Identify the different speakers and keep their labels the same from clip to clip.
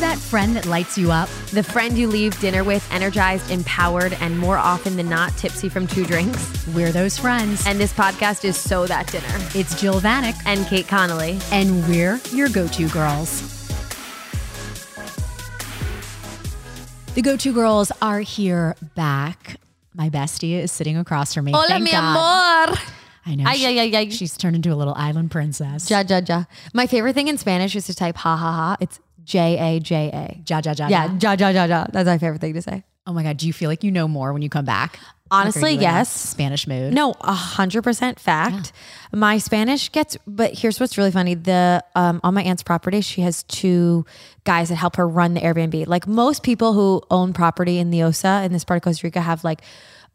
Speaker 1: that friend that lights you up?
Speaker 2: The friend you leave dinner with, energized, empowered, and more often than not, tipsy from two drinks.
Speaker 1: We're those friends.
Speaker 2: And this podcast is So That Dinner.
Speaker 1: It's Jill Vanek,
Speaker 2: And Kate Connolly.
Speaker 1: and we're your go to girls. The go to girls are here back. My bestie is sitting across from me.
Speaker 2: Hola,
Speaker 1: Thank
Speaker 2: mi
Speaker 1: God.
Speaker 2: amor.
Speaker 1: I know.
Speaker 2: Ay,
Speaker 1: she-
Speaker 2: ay, ay, ay.
Speaker 1: She's turned into a little island princess.
Speaker 2: Ja, ja, ja. My favorite thing in Spanish is to type ha, ha, ha. It's J A J A.
Speaker 1: Ja, ja, ja,
Speaker 2: Yeah,
Speaker 1: ja.
Speaker 2: ja, ja, ja, ja. That's my favorite thing to say.
Speaker 1: Oh my God. Do you feel like you know more when you come back?
Speaker 2: Honestly,
Speaker 1: Like, are you in a
Speaker 2: yes.
Speaker 1: Spanish mood.
Speaker 2: No, a hundred percent fact. My Spanish gets, but here's what's really funny: the um, on my aunt's property, she has two guys that help her run the Airbnb. Like most people who own property in the Osa in this part of Costa Rica have like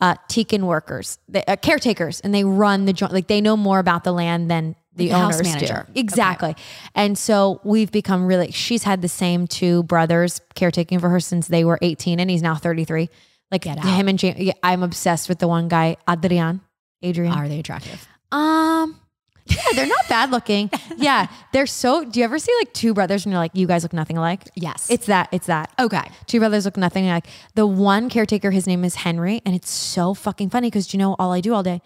Speaker 2: uh, Tican workers, the, uh, caretakers, and they run the joint. Like they know more about the land than the
Speaker 1: Like a house
Speaker 2: owners
Speaker 1: manager.
Speaker 2: do. Exactly. And so we've become really. She's had the same two brothers caretaking for her since they were 18, and he's now 33. Like
Speaker 1: Get out.
Speaker 2: him and James. Yeah, I'm obsessed with the one guy, Adrian. Adrian.
Speaker 1: Are they attractive?
Speaker 2: Um, yeah, they're not bad looking. Yeah, they're so. Do you ever see like two brothers and you're like, you guys look nothing alike?
Speaker 1: Yes.
Speaker 2: It's that. It's that.
Speaker 1: okay.
Speaker 2: Two brothers look nothing alike. The one caretaker, his name is Henry, and it's so fucking funny because you know all I do all day,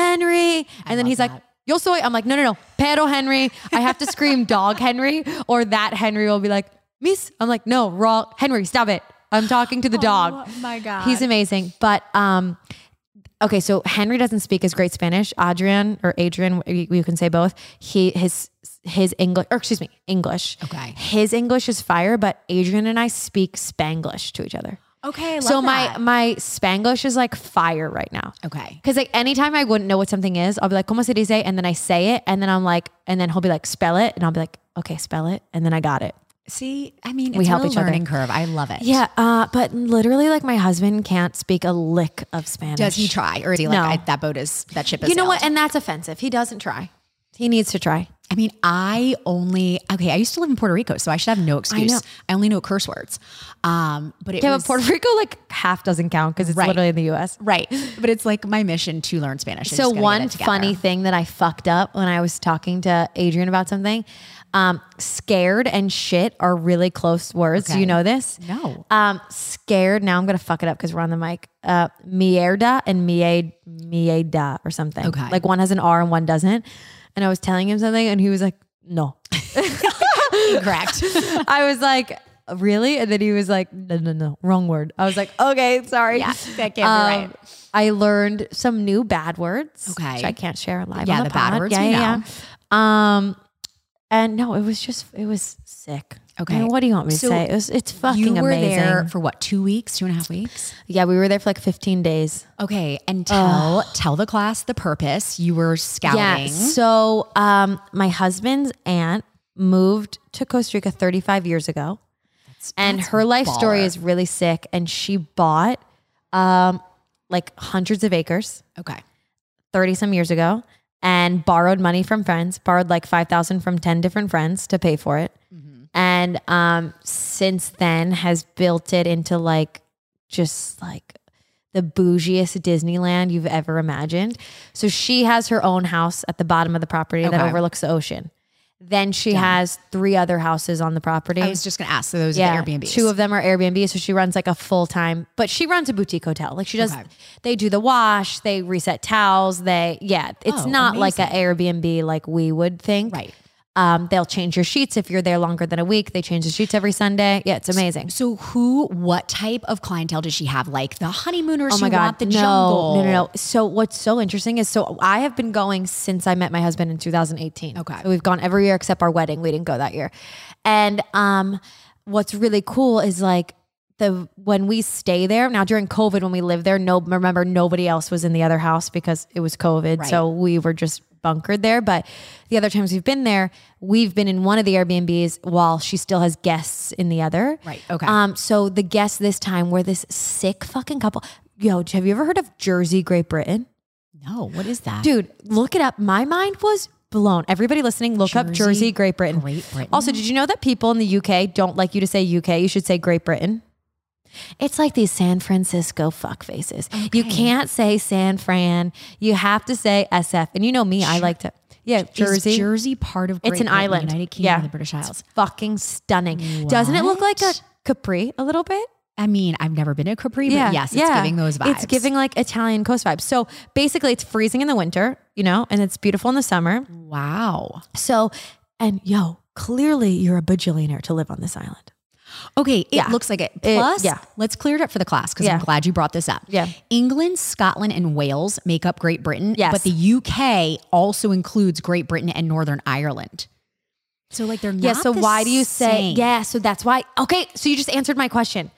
Speaker 2: Henry, and then
Speaker 1: love
Speaker 2: he's like.
Speaker 1: that.
Speaker 2: Yo soy. I'm like, no, no, no. Pero Henry. I have to scream dog Henry, or that Henry will be like, Miss. I'm like, no, wrong. Henry, stop it. I'm talking to the dog.
Speaker 1: Oh my God.
Speaker 2: He's amazing. But um, okay, so Henry doesn't speak as great Spanish. Adrian or Adrian, you, you can say both. He his his English or excuse me, English.
Speaker 1: Okay.
Speaker 2: His English is fire, but Adrian and I speak Spanglish to each other.
Speaker 1: Okay.
Speaker 2: so my my Spanglish is like fire right now.
Speaker 1: Okay.
Speaker 2: Cause like anytime I wouldn't know what something is, I'll be like, ¿Cómo se dice? And then I say it, and then I'm like, and then he'll be like, spell it, and I'll be like, okay, spell it, and then I got it.
Speaker 1: See, I mean,
Speaker 2: We
Speaker 1: it's
Speaker 2: help
Speaker 1: a real
Speaker 2: each other.
Speaker 1: learning curve. I love it.
Speaker 2: Yeah, uh, but literally, like my husband can't speak a lick of Spanish.
Speaker 1: Does he try, or is he like
Speaker 2: No.
Speaker 1: I, that boat is that ship is?
Speaker 2: You know what?
Speaker 1: sailed.
Speaker 2: And that's offensive. He doesn't try. He needs to try.
Speaker 1: I mean, I only okay. I used to live in Puerto Rico, so I should have no excuse. I,
Speaker 2: know.
Speaker 1: only know curse words. Um, but it
Speaker 2: Yeah,
Speaker 1: was
Speaker 2: but Puerto Rico like half doesn't count because it's
Speaker 1: Right.
Speaker 2: literally in the U.S.
Speaker 1: right. But it's like my mission to learn Spanish. I just
Speaker 2: So
Speaker 1: gotta get
Speaker 2: one
Speaker 1: it together.
Speaker 2: funny thing that I fucked up when I was talking to Adrian about something, um, scared and shit are really close words. Do
Speaker 1: Okay.
Speaker 2: you know this?
Speaker 1: No.
Speaker 2: Um, scared. Now I'm gonna fuck it up because we're on the mic. Uh, mierda and mied mieda or something.
Speaker 1: Okay.
Speaker 2: Like one has an R and one doesn't. And I was telling him something, and he was like, "No."
Speaker 1: correct.
Speaker 2: I was like, really? And then he was like, no, no, no, wrong word. I was like, okay, sorry.
Speaker 1: Yeah, that can't be
Speaker 2: Um,
Speaker 1: right.
Speaker 2: I learned some new bad words.
Speaker 1: Okay.
Speaker 2: Which I can't share live.
Speaker 1: Yeah,
Speaker 2: on
Speaker 1: the bad
Speaker 2: pod.
Speaker 1: words
Speaker 2: Yeah,
Speaker 1: we
Speaker 2: yeah, yeah. Um, and no, it was just, it was sick.
Speaker 1: Okay.
Speaker 2: I mean, what do you want me to
Speaker 1: So
Speaker 2: say? It was, it's fucking
Speaker 1: you were
Speaker 2: amazing.
Speaker 1: there for what two weeks, two and a half weeks.
Speaker 2: Yeah, we were there for like 15 days.
Speaker 1: Okay, and tell tell the class the purpose. You were scouting.
Speaker 2: Yeah. So um, my husband's aunt moved to Costa Rica 35 years ago. and her life story
Speaker 1: baller.
Speaker 2: is really sick. And she bought um, like hundreds of acres
Speaker 1: Okay.
Speaker 2: 30 some years ago and borrowed money from friends, borrowed like 5,000 from 10 different friends to pay for it. And um, since then has built it into like just like the bougiest Disneyland you've ever imagined. So she has her own house at the bottom of the property
Speaker 1: Okay.
Speaker 2: that overlooks the ocean. Then she has three other houses on the property.
Speaker 1: I was just gonna ask. So those are the Airbnbs.
Speaker 2: Two of them are Airbnb. So she runs like a full time, but she runs a boutique hotel. Like she does,
Speaker 1: Okay.
Speaker 2: they do the wash, they reset towels. They, yeah, it's
Speaker 1: Oh,
Speaker 2: not like an Airbnb like we would think.
Speaker 1: right.
Speaker 2: Um, they'll change your sheets if you're there longer than a week. They change the sheets every Sunday. Yeah, it's amazing.
Speaker 1: So who, what type of clientele does she have? Like the honeymooners
Speaker 2: Oh my
Speaker 1: who
Speaker 2: god!
Speaker 1: want the
Speaker 2: no,
Speaker 1: jungle?
Speaker 2: no, no, no. So what's so interesting is so I have been going since I met my husband in 2018.
Speaker 1: Okay.
Speaker 2: So we've gone every year except our wedding. We didn't go that year, and um, what's really cool is like the when we stay there now during COVID when we lived there. No, remember nobody else was in the other house because it was COVID.
Speaker 1: Right.
Speaker 2: So we were just bunkered there. But the other times we've been there, we've been in one of the Airbnbs while she still has guests in the other.
Speaker 1: Right, okay.
Speaker 2: Um, so the guests this time were this sick fucking couple. Yo, have you ever heard of Jersey, Great Britain?
Speaker 1: No, what is that?
Speaker 2: Dude, look it up. My mind was blown. Everybody listening, look up
Speaker 1: Jersey,
Speaker 2: Jersey, Great Britain.
Speaker 1: Great Britain.
Speaker 2: Also, did you know that people in the UK don't like you to say UK? You should say Great Britain. It's like these San Francisco fuck faces. You
Speaker 1: Okay.
Speaker 2: can't say San Fran. You have to say SF. And you know me, I like to. Yeah, Jersey.
Speaker 1: Is Jersey part of Great
Speaker 2: It's an
Speaker 1: Britain,
Speaker 2: island.
Speaker 1: United Kingdom,
Speaker 2: yeah,
Speaker 1: and the British
Speaker 2: It's
Speaker 1: Isles.
Speaker 2: fucking stunning. Doesn't it look like a
Speaker 1: What?
Speaker 2: Capri a little bit?
Speaker 1: I mean, I've never been to Capri, but yes, it's giving those vibes.
Speaker 2: It's giving like Italian coast vibes. So basically, it's freezing in the winter, you know, and it's beautiful in the summer.
Speaker 1: Wow.
Speaker 2: So, and yo, clearly you're a bajillionaire to live on this island.
Speaker 1: Okay, it
Speaker 2: Yeah.
Speaker 1: looks like it.
Speaker 2: It-
Speaker 1: Plus,
Speaker 2: yeah.
Speaker 1: let's clear it up for the class because
Speaker 2: Yeah.
Speaker 1: I'm glad you brought this up.
Speaker 2: Yeah.
Speaker 1: England, Scotland, and Wales make up Great Britain,
Speaker 2: Yes.
Speaker 1: but the UK also includes Great Britain and Northern Ireland. So, like, they're not.
Speaker 2: Yeah. So
Speaker 1: the
Speaker 2: why do you say?
Speaker 1: same.
Speaker 2: Yeah. So that's why. Okay. So you just answered my question.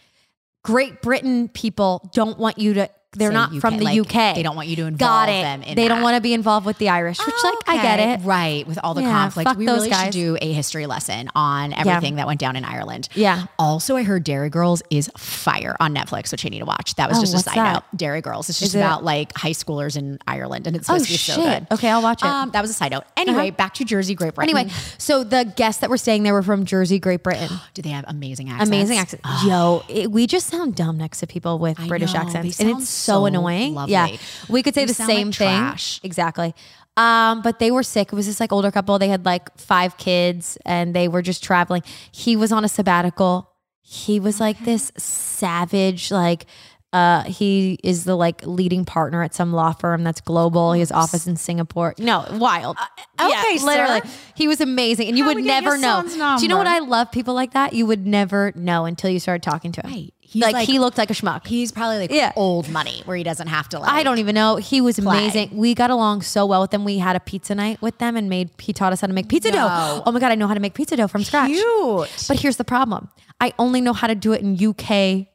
Speaker 2: Great Britain people don't want you to. They're
Speaker 1: Say
Speaker 2: not
Speaker 1: UK,
Speaker 2: from the
Speaker 1: like,
Speaker 2: UK.
Speaker 1: they don't want you to involve
Speaker 2: Got it.
Speaker 1: them in
Speaker 2: they
Speaker 1: that.
Speaker 2: don't want to be involved with the Irish, which like I get
Speaker 1: Okay,
Speaker 2: it.
Speaker 1: Right. With all the
Speaker 2: Yeah,
Speaker 1: conflict,
Speaker 2: fuck
Speaker 1: we
Speaker 2: those
Speaker 1: really
Speaker 2: guys.
Speaker 1: should do a history lesson on everything that went down in Ireland.
Speaker 2: Yeah.
Speaker 1: Also, I heard Dairy Girls is fire on Netflix, which I need to watch. That was
Speaker 2: Oh,
Speaker 1: just a
Speaker 2: what's
Speaker 1: side
Speaker 2: that?
Speaker 1: note. Dairy Girls. It's just
Speaker 2: Is it-
Speaker 1: about like high schoolers in Ireland and it's
Speaker 2: Oh
Speaker 1: supposed to be so
Speaker 2: shit.
Speaker 1: good.
Speaker 2: Okay, I'll watch it. Uh-huh.
Speaker 1: Um, that was a side note. Anyway, back to Jersey, Great Britain.
Speaker 2: Anyway, so the guests that were staying there were from Jersey, Great Britain.
Speaker 1: do they have amazing accents?
Speaker 2: Amazing accent. Yo, it, we just sound dumb next to people with British
Speaker 1: know,
Speaker 2: accents,
Speaker 1: they
Speaker 2: and
Speaker 1: sound
Speaker 2: it's so,
Speaker 1: so
Speaker 2: annoying.
Speaker 1: lovely.
Speaker 2: Yeah, we could say
Speaker 1: They
Speaker 2: the
Speaker 1: sound like
Speaker 2: same thing.
Speaker 1: trash.
Speaker 2: Exactly. Um, but they were sick. It was this like older couple. They had like five kids, and they were just traveling. He was on a sabbatical. He was like this savage, like. Uh, he is the like leading partner at some law firm that's global. He has office in Singapore. No, wild.
Speaker 1: Uh, okay, sir.
Speaker 2: literally, he was amazing, and you
Speaker 1: How
Speaker 2: would
Speaker 1: we get your
Speaker 2: never know.
Speaker 1: son's
Speaker 2: Do you know what
Speaker 1: number?
Speaker 2: I love people like that? You would never know until you started talking to him.
Speaker 1: Right. He's
Speaker 2: Like,
Speaker 1: like-
Speaker 2: he looked like a schmuck.
Speaker 1: He's probably like
Speaker 2: Yeah.
Speaker 1: old money where he doesn't have to like
Speaker 2: I don't even know. He was
Speaker 1: Play.
Speaker 2: amazing. We got along so well with them. We had a pizza night with them and made he taught us how to make pizza dough.
Speaker 1: No.
Speaker 2: Oh my god, I know how to make pizza dough from scratch.
Speaker 1: Cute.
Speaker 2: But here's the problem. I only know how to do it in UK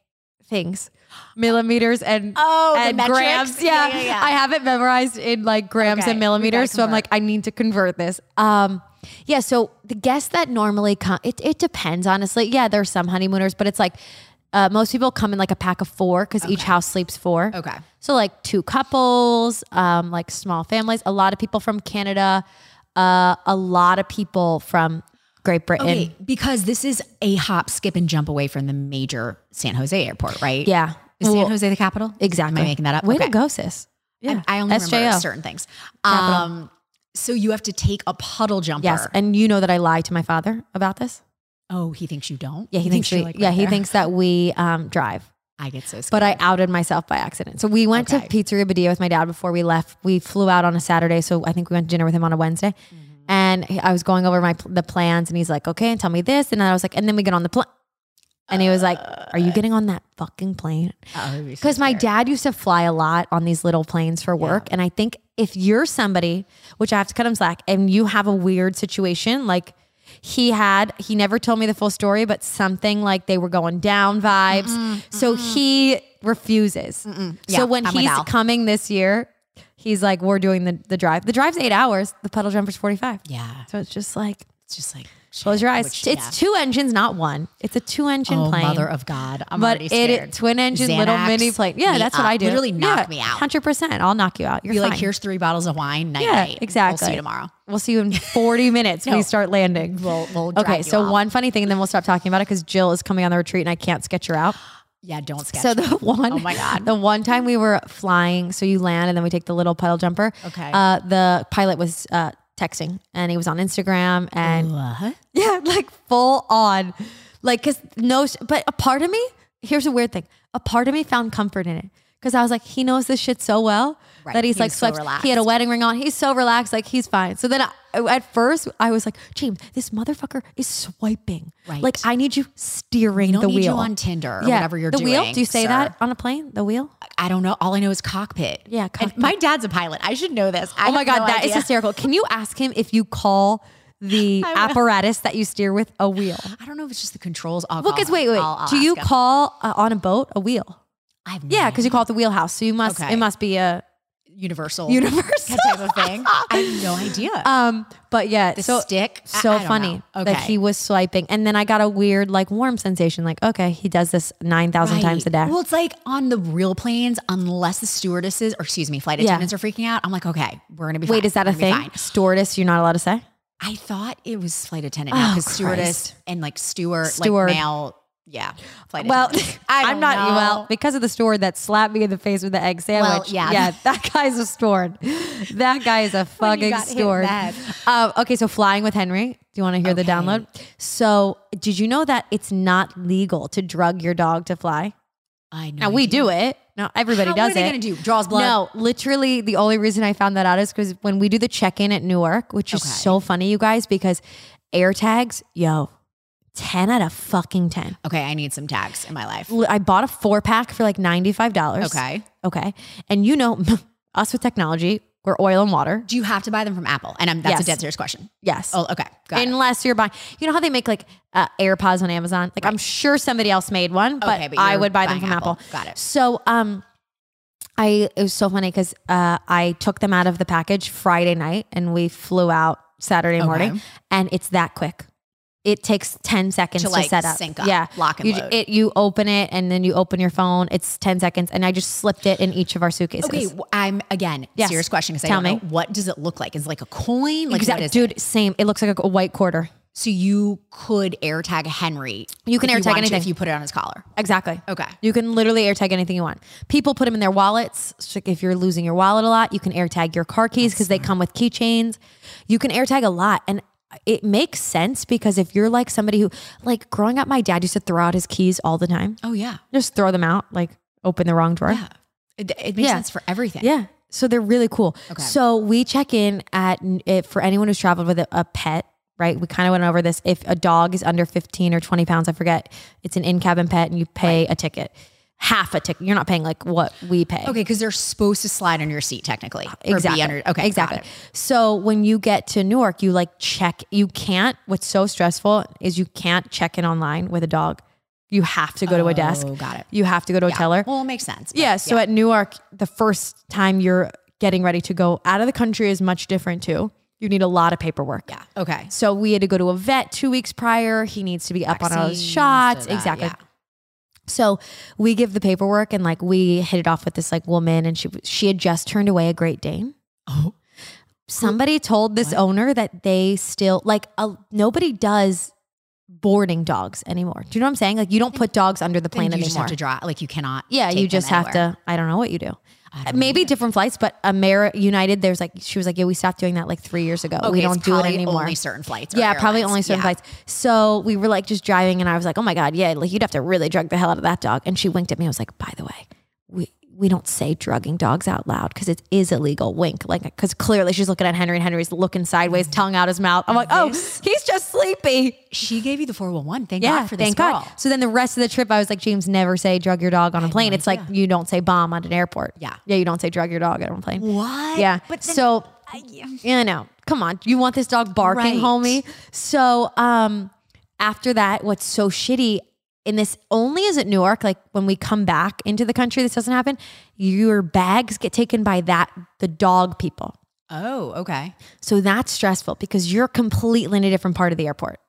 Speaker 2: things. Millimeters and
Speaker 1: Oh, the
Speaker 2: and
Speaker 1: metrics?
Speaker 2: grams. Yeah.
Speaker 1: Yeah, yeah, yeah.
Speaker 2: I have it memorized in like grams
Speaker 1: Okay,
Speaker 2: and
Speaker 1: we gotta
Speaker 2: millimeters. So I'm
Speaker 1: convert.
Speaker 2: like, I need to convert this. Um, yeah. So the guests that normally come, it, it depends, honestly. Yeah, there's some honeymooners, but it's like uh, most people come in like a pack of four because each house sleeps four.
Speaker 1: Okay.
Speaker 2: So like two couples, um, like small families, a lot of people from Canada, uh, a lot of people from Great Britain.
Speaker 1: Okay, because this is a hop, skip, and jump away from the major San Jose airport, right?
Speaker 2: Yeah.
Speaker 1: Is
Speaker 2: Well,
Speaker 1: San Jose the capital?
Speaker 2: Exactly.
Speaker 1: Am I making that up?
Speaker 2: Way
Speaker 1: Okay.
Speaker 2: to go, sis.
Speaker 1: I- I only remember
Speaker 2: SJO.
Speaker 1: certain things.
Speaker 2: Capital.
Speaker 1: Um, so you have to take a puddle jumper.
Speaker 2: Yes, and you know that I lied to my father about this.
Speaker 1: oh, he thinks you don't.
Speaker 2: Yeah, he, thinks,
Speaker 1: you're,
Speaker 2: we,
Speaker 1: like,
Speaker 2: yeah,
Speaker 1: right
Speaker 2: he
Speaker 1: there.
Speaker 2: thinks that we um, drive.
Speaker 1: I get so scared.
Speaker 2: But I outed myself by accident. So we went to
Speaker 1: Okay.
Speaker 2: Pizzeria Badia with my dad before we left. We flew out on a Saturday, so I think we went to dinner with him on a Wednesday. And he- I was going over my pl- the plans, and he's like, "Okay, and tell me this," and then I was like, "And then we get on the plane." And he was like, "Are you getting on that fucking plane?"
Speaker 1: I would be so
Speaker 2: Because my
Speaker 1: scared.
Speaker 2: dad used to fly a lot on these little planes for work. And I think if you're somebody, which I have to cut him slack, and you have a weird situation, like he had, he never told me the full story, but something like they were going down vibes. So he refuses.
Speaker 1: Yeah,
Speaker 2: so when
Speaker 1: I'm with
Speaker 2: he's
Speaker 1: Al.
Speaker 2: coming this year, he's like, we're doing the, the drive. The drive's eight hours, the puddle jumper's 45.
Speaker 1: Yeah,
Speaker 2: So it's just like,
Speaker 1: it's just like
Speaker 2: close your eyes.
Speaker 1: Which-
Speaker 2: it's
Speaker 1: yeah.
Speaker 2: two engines, not one. It's a two engine
Speaker 1: Oh,
Speaker 2: plane
Speaker 1: mother of God! I'm
Speaker 2: but
Speaker 1: already
Speaker 2: it,
Speaker 1: scared.
Speaker 2: it twin engine little
Speaker 1: Xanax,
Speaker 2: mini plane. Yeah,
Speaker 1: me
Speaker 2: that's what
Speaker 1: up.
Speaker 2: I do.
Speaker 1: Literally knock
Speaker 2: Yeah,
Speaker 1: me out.
Speaker 2: Hundred percent. I'll knock you out. You're,
Speaker 1: Be
Speaker 2: fine.
Speaker 1: like, here's three bottles of wine. Night,
Speaker 2: yeah,
Speaker 1: night.
Speaker 2: exactly.
Speaker 1: We'll see you tomorrow.
Speaker 2: We'll see you in 40 minutes.
Speaker 1: No.
Speaker 2: We start landing.
Speaker 1: We'll- we'll drag
Speaker 2: okay.
Speaker 1: you
Speaker 2: so
Speaker 1: off.
Speaker 2: one funny thing, and then we'll stop talking about it because Jill is coming on the retreat, and I can't sketch her out.
Speaker 1: Yeah, don't sketch.
Speaker 2: So the one,
Speaker 1: Oh my God.
Speaker 2: the one time we were flying, so you land and then we take the little puddle jumper.
Speaker 1: Okay.
Speaker 2: Uh, the pilot was uh, texting and he was on Instagram and
Speaker 1: what?
Speaker 2: yeah, like full on. Like, cause no, but a part of me, here's a weird thing. A part of me found comfort in it. Cause I was like, he knows this shit so well
Speaker 1: Right.
Speaker 2: that he's
Speaker 1: He
Speaker 2: like,
Speaker 1: was so
Speaker 2: swipes. he had a
Speaker 1: relaxed.
Speaker 2: wedding ring on. He's so relaxed. Like he's fine. So then I, at first I was like, James, this motherfucker is swiping.
Speaker 1: Right.
Speaker 2: Like I need you steering
Speaker 1: Don't
Speaker 2: the
Speaker 1: need
Speaker 2: wheel.
Speaker 1: you on Tinder or whatever you're
Speaker 2: the
Speaker 1: doing.
Speaker 2: wheel. Do you say
Speaker 1: sir.
Speaker 2: that on a plane? The wheel?
Speaker 1: I don't know. All I know is cockpit.
Speaker 2: Yeah,
Speaker 1: And
Speaker 2: cockpit.
Speaker 1: my dad's a pilot. I should know this. I
Speaker 2: oh my
Speaker 1: have
Speaker 2: God,
Speaker 1: no
Speaker 2: that is
Speaker 1: idea.
Speaker 2: hysterical. Can you ask him if you call the apparatus that you steer with a wheel?
Speaker 1: I don't know if it's just the controls. I'll
Speaker 2: Well,
Speaker 1: call
Speaker 2: because
Speaker 1: him.
Speaker 2: wait, wait.
Speaker 1: I'll- I'll
Speaker 2: do you
Speaker 1: ask him.
Speaker 2: call uh, on a boat a wheel?
Speaker 1: I've
Speaker 2: Yeah, because you call it the wheelhouse. So you must.
Speaker 1: Okay.
Speaker 2: It must be a
Speaker 1: universal
Speaker 2: universe.
Speaker 1: that type of thing. I have no idea.
Speaker 2: um, but yeah,
Speaker 1: the
Speaker 2: so
Speaker 1: stick. I-
Speaker 2: so
Speaker 1: I don't
Speaker 2: funny
Speaker 1: know.
Speaker 2: that he was swiping, and then I got a weird like warm sensation. Like, okay, he does this nine thousand times a day.
Speaker 1: Right. Well, it's like on the real planes, unless the stewardesses or excuse me, flight
Speaker 2: Yeah.
Speaker 1: attendants are freaking out. I'm like, okay, we're gonna be.
Speaker 2: Wait,
Speaker 1: fine.
Speaker 2: is that
Speaker 1: We're
Speaker 2: a
Speaker 1: gonna be
Speaker 2: thing?
Speaker 1: fine.
Speaker 2: Stewardess, you're not allowed to say.
Speaker 1: I thought it was flight attendant now
Speaker 2: Oh,
Speaker 1: because stewardess
Speaker 2: Christ.
Speaker 1: and like steward,
Speaker 2: Steward.
Speaker 1: like male, yeah. Flight
Speaker 2: Well,
Speaker 1: attendant. I
Speaker 2: I'm
Speaker 1: don't
Speaker 2: not
Speaker 1: know.
Speaker 2: well because of the steward that slapped me in the face with the egg sandwich.
Speaker 1: yeah.
Speaker 2: yeah, that guy's a steward. that guy is a
Speaker 1: When you
Speaker 2: fucking
Speaker 1: got hit
Speaker 2: story.
Speaker 1: mad.
Speaker 2: Um, okay, so flying with Henry. Do you want to hear the
Speaker 1: Okay.
Speaker 2: download? So, did you know that it's not legal to drug your dog to fly?
Speaker 1: I know.
Speaker 2: Now we do it. Now everybody
Speaker 1: How, what
Speaker 2: does
Speaker 1: are they
Speaker 2: it.
Speaker 1: going to do? Draws blood.
Speaker 2: No, literally, the only reason I found that out is because when we do the check in at Newark, which is
Speaker 1: Okay.
Speaker 2: so funny, you guys, because air tags, yo, 10 out of fucking 10.
Speaker 1: Okay, I need some tags in my life.
Speaker 2: L- I bought a four pack for like $95.
Speaker 1: Okay.
Speaker 2: Okay. And you know, us with technology, we're oil and water.
Speaker 1: Do you have to buy them from Apple? And I'm, that's a
Speaker 2: Yes.
Speaker 1: dead serious question.
Speaker 2: Yes.
Speaker 1: Oh, okay. Got it.
Speaker 2: Unless you're buying, you know how they make like uh, AirPods on Amazon. Like I'm sure somebody else made one, but,
Speaker 1: Okay, but
Speaker 2: I
Speaker 1: you're
Speaker 2: would buy them
Speaker 1: buying
Speaker 2: from
Speaker 1: Apple.
Speaker 2: Apple.
Speaker 1: Got it.
Speaker 2: So, um, I it was so funny because uh, I took them out of the package Friday night and we flew out Saturday morning, and it's that quick. It takes ten seconds
Speaker 1: To
Speaker 2: to,
Speaker 1: like
Speaker 2: set up.
Speaker 1: sync up,
Speaker 2: Yeah,
Speaker 1: lock and
Speaker 2: you,
Speaker 1: load.
Speaker 2: It, you open it and then you open your phone. It's ten seconds, and I just slipped it in each of our suitcases.
Speaker 1: Okay, w- I'm again
Speaker 2: Yes.
Speaker 1: serious question because I
Speaker 2: Tell
Speaker 1: don't know what does it look like. Is it like a coin? Like
Speaker 2: Exact-
Speaker 1: what is it?
Speaker 2: dude, same. It looks like a, a white quarter.
Speaker 1: So you could air tag Henry.
Speaker 2: You can
Speaker 1: if
Speaker 2: air tag
Speaker 1: want to,
Speaker 2: anything.
Speaker 1: if you put it on his collar.
Speaker 2: Exactly.
Speaker 1: Okay.
Speaker 2: You can literally AirTag anything you want. People put them in their wallets. So if you're losing your wallet a lot, you can AirTag your car keys because they come with keychains. You can AirTag a lot, and it makes sense because if you're like somebody who, like growing up, my dad used to throw out his keys all the time.
Speaker 1: Oh yeah,
Speaker 2: Just throw them out, like open the wrong drawer.
Speaker 1: yeah. It, it makes
Speaker 2: Yeah.
Speaker 1: sense for everything.
Speaker 2: Yeah. So they're really cool.
Speaker 1: Okay.
Speaker 2: So we check in at it, for anyone who's traveled with a, a pet, right? We kind of went over this. If a dog is under 15 or 20 pounds, I forget, it's an in cabin pet and you pay a ticket, half a ticket. You're not paying like what we pay.
Speaker 1: Okay, because they're supposed to slide on your seat technically. Or
Speaker 2: Exactly.
Speaker 1: be under, okay, got
Speaker 2: Exactly.
Speaker 1: it.
Speaker 2: So when you get to Newark, you like check. You can't. What's so stressful is you can't check in online with a dog. You have to go to a desk.
Speaker 1: Oh, got it.
Speaker 2: You have to go to a teller.
Speaker 1: Well, it makes sense. but
Speaker 2: Yeah. So at Newark, the first time you're getting ready to go out of the country is much different too. You need a lot of paperwork. Yeah.
Speaker 1: Okay.
Speaker 2: So we had to go to a vet two weeks prior. He needs to be up on all his
Speaker 1: Vaccines,
Speaker 2: shots.
Speaker 1: da, da,
Speaker 2: exactly.
Speaker 1: yeah.
Speaker 2: So we give the paperwork and like we hit it off with this like woman and she she had just turned away a Great Dane.
Speaker 1: Oh.
Speaker 2: Somebody told this
Speaker 1: What?
Speaker 2: owner that they still like a, nobody does boarding dogs anymore. Do you know what I'm saying? Like you don't put dogs under the
Speaker 1: Then
Speaker 2: plane
Speaker 1: you just
Speaker 2: anymore.
Speaker 1: have to draw. Like you cannot.
Speaker 2: Yeah,
Speaker 1: take
Speaker 2: you
Speaker 1: them
Speaker 2: just have
Speaker 1: anywhere.
Speaker 2: to. I don't know what you do.
Speaker 1: I don't
Speaker 2: Maybe different flights, but Ameri United, there's like she was like, yeah, we stopped doing that like three years ago.
Speaker 1: Okay,
Speaker 2: we
Speaker 1: it's
Speaker 2: don't do it
Speaker 1: probably
Speaker 2: anymore.
Speaker 1: Only certain flights. or
Speaker 2: yeah, probably
Speaker 1: airlines.
Speaker 2: only certain
Speaker 1: Yeah.
Speaker 2: flights. So we were like just driving, and I was like, oh my god, yeah, like you'd have to really drug the hell out of that dog. And she winked at me. I was like, by the way, we we don't say drugging dogs out loud because it is illegal. Wink, like because clearly she's looking at Henry, and Henry's looking
Speaker 1: Mm.
Speaker 2: sideways, tongue out his mouth. I'm like, oh, he's just sleepy.
Speaker 1: She gave you the four one one. Thank
Speaker 2: Yeah,
Speaker 1: God for this
Speaker 2: thank
Speaker 1: girl.
Speaker 2: God. So then the rest of the trip, I was like, James, never say drug your dog on a plane. It's like you don't say bomb on an airport.
Speaker 1: Yeah.
Speaker 2: yeah, you don't say drug your dog on a plane.
Speaker 1: What?
Speaker 2: Yeah.
Speaker 1: But then,
Speaker 2: so
Speaker 1: I,
Speaker 2: you know, come on, you want this dog barking,
Speaker 1: Right.
Speaker 2: homie? So um, after that, what's so shitty? in this only is at Newark. Like when we come back into the country, this doesn't happen. Your bags get taken by that the dog people.
Speaker 1: oh, okay.
Speaker 2: So that's stressful because you're completely in a different part of the airport.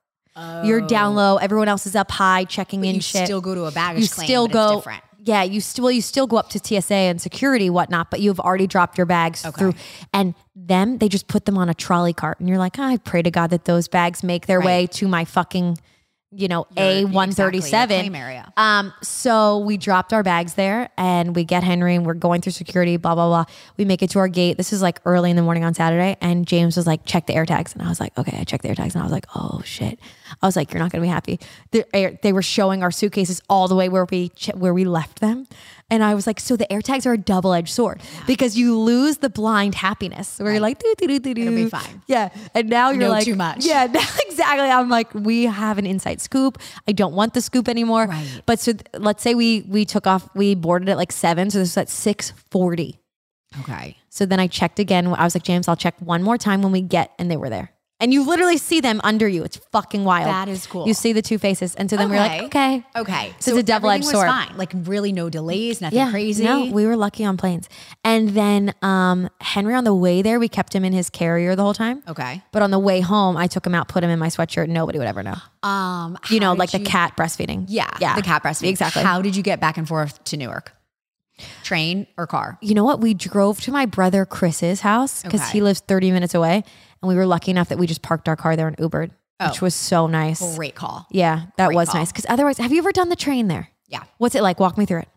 Speaker 2: You're down low. Everyone else is up high, checking
Speaker 1: Oh.
Speaker 2: in
Speaker 1: You
Speaker 2: shit.
Speaker 1: still go to a baggage
Speaker 2: you
Speaker 1: claim.
Speaker 2: still
Speaker 1: but it's
Speaker 2: go.
Speaker 1: different.
Speaker 2: Yeah, you still you still go up to TSA and security whatnot, but you've already dropped your bags through. And them, they just put them on a trolley cart, and you're like, I pray to God that those bags make their way to my fucking, you know, a one
Speaker 1: Exactly,
Speaker 2: thirty
Speaker 1: your
Speaker 2: seven.
Speaker 1: claim area.
Speaker 2: Um, so we dropped our bags there and we get Henry and we're going through security, blah, blah, blah. We make it to our gate. This is like early in the morning on Saturday. And James was like, check the air tags. And I was like, okay, I checked the air tags. And I was like, oh shit. I was like, you're not going to be happy. The air, they were showing our suitcases all the way where we, che- where we left them. And I was like, so the air tags are a double edged sword because you lose the blind happiness where you're like, doo, doo, doo, doo, It'll
Speaker 1: be fine.
Speaker 2: Yeah. And now you're
Speaker 1: Know
Speaker 2: like,
Speaker 1: too much.
Speaker 2: Yeah. Yeah, exactly. I'm like, we have an inside scoop. I don't want the scoop anymore.
Speaker 1: Right.
Speaker 2: But so th- let's say we we took off, we boarded at like seven, so this was at six forty.
Speaker 1: Okay.
Speaker 2: So then I checked again. I was like, James, I'll check one more time when we get, and they were there. And you literally see them under you. It's fucking wild.
Speaker 1: That is cool.
Speaker 2: You see the two faces, and so then we we're like, okay,
Speaker 1: Okay.
Speaker 2: So, it's a double-edged
Speaker 1: everything was
Speaker 2: sword.
Speaker 1: Fine. Like really no delays, nothing crazy.
Speaker 2: No, we were lucky on planes. And then um, Henry on the way there, we kept him in his carrier the whole time.
Speaker 1: okay.
Speaker 2: But on the way home, I took him out, put him in my sweatshirt. Nobody would ever know.
Speaker 1: Um,
Speaker 2: you
Speaker 1: how
Speaker 2: know,
Speaker 1: did
Speaker 2: like
Speaker 1: you-
Speaker 2: the cat breastfeeding.
Speaker 1: Yeah.
Speaker 2: yeah,
Speaker 1: The cat breastfeeding.
Speaker 2: Exactly.
Speaker 1: How did you get back and forth to Newark? Train or car?
Speaker 2: you know what? We drove to my brother Chris's house because
Speaker 1: Okay.
Speaker 2: he lives 30 minutes away, and we were lucky enough that we just parked our car there and Ubered, which was so nice.
Speaker 1: Oh. Great call.
Speaker 2: Yeah, that was
Speaker 1: call.
Speaker 2: nice. Because otherwise, have you ever done the train there?
Speaker 1: Yeah.
Speaker 2: What's it like? Walk me through it.